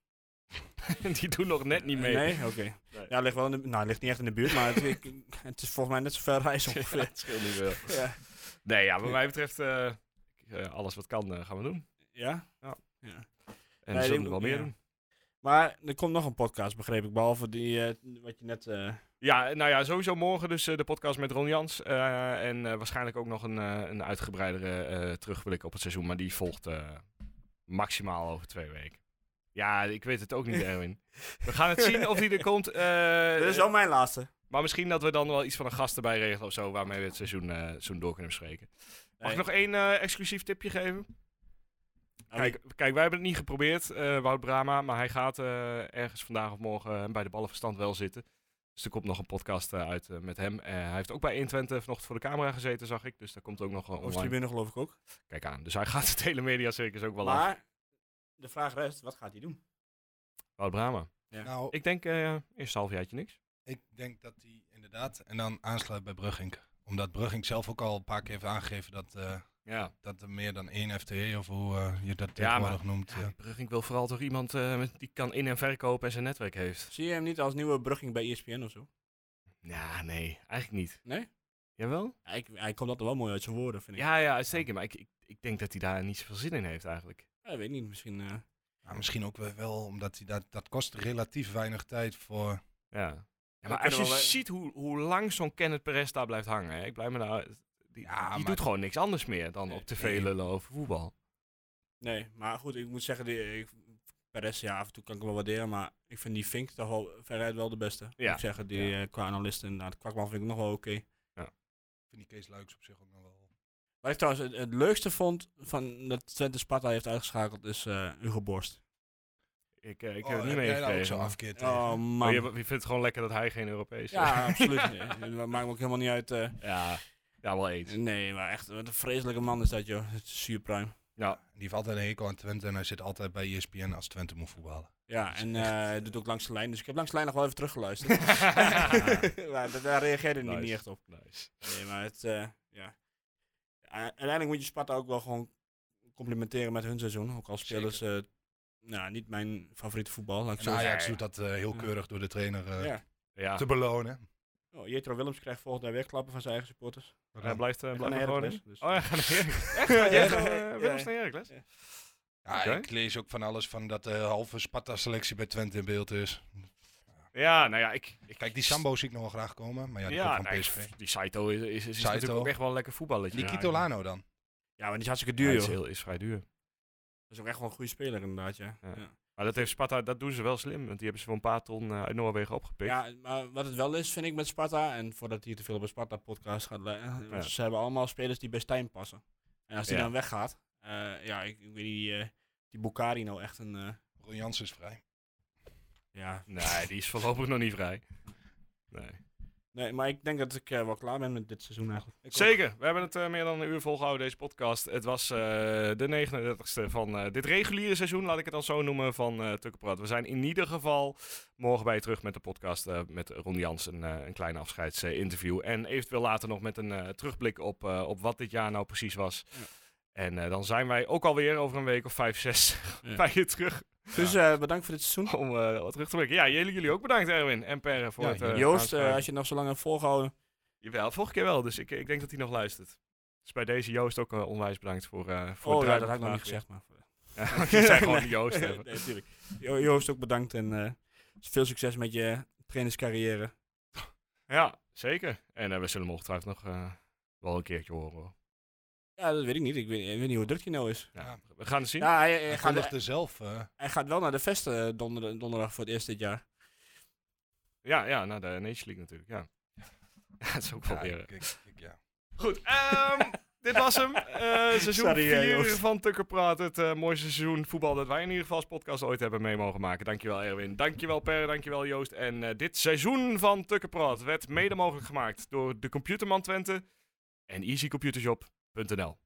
S1: die doen nog net niet mee.
S4: Eh, Nee, oh, oké.
S1: Nee.
S4: Ja, ligt wel in de, nou, ligt niet echt in de buurt, maar het, ik- het is volgens mij net zo ver reis
S1: Ja,
S4: ongeveer.
S1: het scheelt niet veel.
S4: Ja.
S1: Nee, ja, wat mij betreft, eh, eh, alles wat kan eh, gaan we doen.
S4: Ja?
S1: En
S4: Nee,
S1: we zullen
S4: die
S1: er wel
S4: moet-
S1: meer
S4: ja.
S1: doen.
S4: Maar er komt nog een podcast, begreep ik, behalve die eh, wat je net... eh,
S1: Ja, nou ja, sowieso morgen dus eh, de podcast met Ron Jans. eh, en eh, waarschijnlijk ook nog een, eh, een uitgebreidere eh, terugblik op het seizoen. Maar die volgt eh, maximaal over twee weken. Ja, ik weet het ook niet, Erwin. We gaan het zien of die er komt. eh,
S4: dit is wel mijn laatste.
S1: maar misschien dat we dan wel iets van een gast erbij regelen of zo. Waarmee we het seizoen, eh, seizoen door kunnen bespreken. Mag
S4: Nee.
S1: ik nog één eh, exclusief tipje geven?
S4: Ah,
S1: Kijk, kijk, wij hebben het niet geprobeerd, eh, Wout Brama, maar hij gaat eh, ergens vandaag of morgen eh, bij de Ballenverstand wel zitten. Dus er komt nog een podcast eh, uit eh, met hem. Eh, hij heeft ook bij 120 vanochtend voor de camera gezeten, zag ik. Dus daar komt ook nog een online.
S4: Oosttribune geloof ik ook.
S1: Kijk aan. Dus hij gaat het hele mediacircus ook wel af.
S4: maar de vraag rest, wat gaat hij doen?
S1: Wout Brama.
S4: Ja.
S5: Nou, ik...
S1: Ik denk eh eerst halfjaartje niks.
S5: denk dat die inderdaad... En dan aansluit bij Brugging. Omdat Brugging zelf ook al een paar keer heeft aangegeven dat... eh,
S1: Ja.
S5: dat er meer dan één FTE, of hoe eh, je dat
S1: Ja, maar-
S5: tegenwoordig noemt. eh.
S1: Brugging wil vooral toch iemand eh, met- die kan in- en verkopen en zijn netwerk heeft.
S4: Zie je hem niet als nieuwe brugging bij E ESPN of zo?
S1: Ja, nee. Eigenlijk niet.
S4: Nee?
S1: Jawel?
S4: Hij, hij komt altijd wel mooi uit zijn woorden, vind ik.
S1: Ja, ja, zeker. Maar ik, ik, ik denk dat hij daar niet zoveel zin in heeft eigenlijk.
S4: Ja, ik weet niet, misschien... eh,
S5: nou, Maar misschien ook wel, wel omdat hij dat, dat kost relatief weinig tijd voor
S1: Ja.
S4: En
S1: maar
S4: dan
S1: als je
S4: kunnen we wel- e-
S1: ziet hoe, hoe lang zo'n Kenneth Perez daar blijft hangen, hè, ik blijf me daar. Die,
S5: Ja,
S1: die
S5: maar-
S1: doet gewoon niks anders meer dan op tv
S4: Nee.
S1: lullen over voetbal.
S4: Nee, maar goed, ik moet zeggen, die, ik, Perez, ja, af en toe kan ik hem wel waarderen, maar ik vind die Fink toch wel veruit wel de beste. Ja.
S1: Ja.
S4: Moet ik zeggen, die
S1: Ja.
S4: eh, qua analisten, nou, de kwakman vind ik nog wel oké.
S5: vind die Kees Luiks op zich ook nog wel.
S4: Wat ik trouwens het, het leukste vond van dat Twente Sparta heeft uitgeschakeld, is eh Hugo Borst.
S1: Ik, eh, ik
S5: Oh,
S1: heb het niet
S5: heb jij daar ook
S1: meegekregen.
S5: zo
S1: maar-
S5: afkeer tegen?
S4: Oh
S1: Maar
S4: man.
S1: je, je vindt het gewoon lekker dat hij geen Europees
S4: Ja, absoluut. Eh, Dat maakt me ook helemaal niet uit. eh.
S1: ja. ja, wel eens.
S4: nee, maar echt, wat een vreselijke man is dat joh. Het is zuurpruim.
S5: Die heeft altijd een hekel aan Twente en hij zit altijd bij E ESPN als Twente moet voetballen.
S4: Ja, en eh, hij doet ook langs de lijn, dus ik heb langs de lijn nog wel even teruggeluisterd. maar da- daar reageerde hij
S1: Nice.
S4: niet echt op.
S1: Nice.
S4: Nee, maar het, eh, ja. U- Uiteindelijk moet je Sparta ook wel gewoon complimenteren met hun seizoen. Ook al spelen ze, nou, niet mijn favoriete voetbal, laat ik
S5: En
S4: zo zeggen.
S5: Ajax doet dat eh, heel
S4: Ja.
S5: keurig door de trainer eh,
S4: Ja.
S1: Ja,
S5: te belonen.
S4: Oh, Jetro Willems krijgt volgend jaar weer klappen van zijn eigen supporters.
S1: hij blijft, eh,
S4: Hij
S1: blijft
S4: gaat naar
S1: gewoon
S4: Heracles,
S1: in.
S4: dus-
S1: Oh, ja, gaat naar Heracles. Echt?
S4: Ja,
S1: Gaat jij
S4: ja,
S1: gewoon,
S4: ja,
S1: eh, Willems
S4: ja.
S1: naar Heracles?
S5: Ja,
S1: Oké.
S5: Ik lees ook van alles van dat de halve Sparta-selectie bij Twente in beeld is.
S1: Ja, nou ja, ik... ik
S5: Kijk, die Sambo zie ik nog wel graag komen, maar ja, die
S1: ja,
S5: komt van
S1: nee,
S5: PSV.
S1: pff, die Saito is, is, is
S5: Saito.
S1: natuurlijk ook echt wel een lekker voetballetje.
S5: Die
S1: Ja,
S5: Kito Lano dan?
S4: Ja, maar die is hartstikke
S1: Ja,
S4: duur,
S1: is,
S4: joh.
S1: heel, is vrij duur.
S4: Dat is ook echt wel een goede speler, inderdaad, ja.
S1: Ja.
S4: ja.
S1: Maar dat heeft Sparta, dat doen ze wel slim. Want die hebben ze voor een paar ton eh, uit Noorwegen opgepikt.
S4: Ja, maar wat het wel is, vind ik met Sparta, en voordat hier te veel op een Sparta-podcast gaat leiden,
S1: Ja.
S4: ze hebben allemaal spelers die bij Stijn passen. En als die
S1: Ja.
S4: dan weggaat, eh, ja, ik, ik weet niet, eh, die Bukari nou echt een, eh,
S5: Ron Jans is vrij.
S4: ja...
S1: Nee, die is voorlopig nog niet vrij. Nee.
S4: Nee, maar ik denk dat ik eh, wel klaar ben met dit seizoen eigenlijk.
S1: Zeker, we hebben het eh, meer dan een uur volgehouden, deze podcast. Het was eh, de 39ste van eh, dit reguliere seizoen, laat ik het dan zo noemen, van eh Tukkenprat. We zijn in ieder geval morgen bij je terug met de podcast eh, met Ron Jans, een, eh, een klein afscheidsinterview. en eventueel later nog met een eh, terugblik op, eh, op wat dit jaar nou precies was.
S4: Ja.
S1: En eh, dan zijn wij ook alweer over een week of vijf, zes
S4: Ja.
S1: bij je terug
S4: Dus eh, bedankt voor dit seizoen.
S1: om eh, wat terug te blikken. Ja, jullie, jullie ook bedankt Erwin en Per voor
S5: Ja,
S1: het... eh,
S4: Joost, eh,
S1: aanschuiven.
S4: als je het nog zo lang hebt volgehouden.
S1: Jawel, vorige keer wel, dus ik, ik denk dat hij nog luistert. Dus bij deze Joost ook eh, onwijs bedankt voor, eh voor
S4: Oh
S1: het
S4: ja,
S1: ruimen
S4: dat had ik nog niet
S1: vandaag weer.
S4: gezegd, maar...
S1: Ja, want je zei gewoon
S4: Nee.
S1: Joost hebben.
S4: nee, natuurlijk. Jo- Joost, ook bedankt en eh, veel succes met je trainerscarrière.
S1: Ja, zeker. En eh, we zullen hem ongetwijfeld nog eh, wel een keertje horen. hoor.
S4: Ja, dat weet ik niet. Ik weet, ik weet niet hoe druk hij nou is.
S1: Ja,
S5: Ja.
S1: We gaan het zien.
S4: Ja, hij, hij
S5: Hij
S4: gaat,
S5: kondigde zelf. eh,
S4: hij gaat wel naar de vesten eh, donder- donderdag voor het eerst dit jaar.
S1: Ja, ja naar de Nations League natuurlijk. Ja. ja, dat is ook wel
S5: ja,
S1: weer. eh,
S5: ik- ik- ik- ja.
S1: Goed, ehm, dit was hem. Eh, seizoen
S4: Sorry, eh,
S1: 4
S4: Joost.
S1: van Tukkerpraat. Het eh, mooiste seizoen voetbal dat wij in ieder geval als podcast ooit hebben mee mogen maken. Dankjewel Erwin, dankjewel Per, dankjewel Joost. En eh, dit seizoen van Tukkerpraat werd mede mogelijk gemaakt door de Computerman Twente en easycomputershop.nl.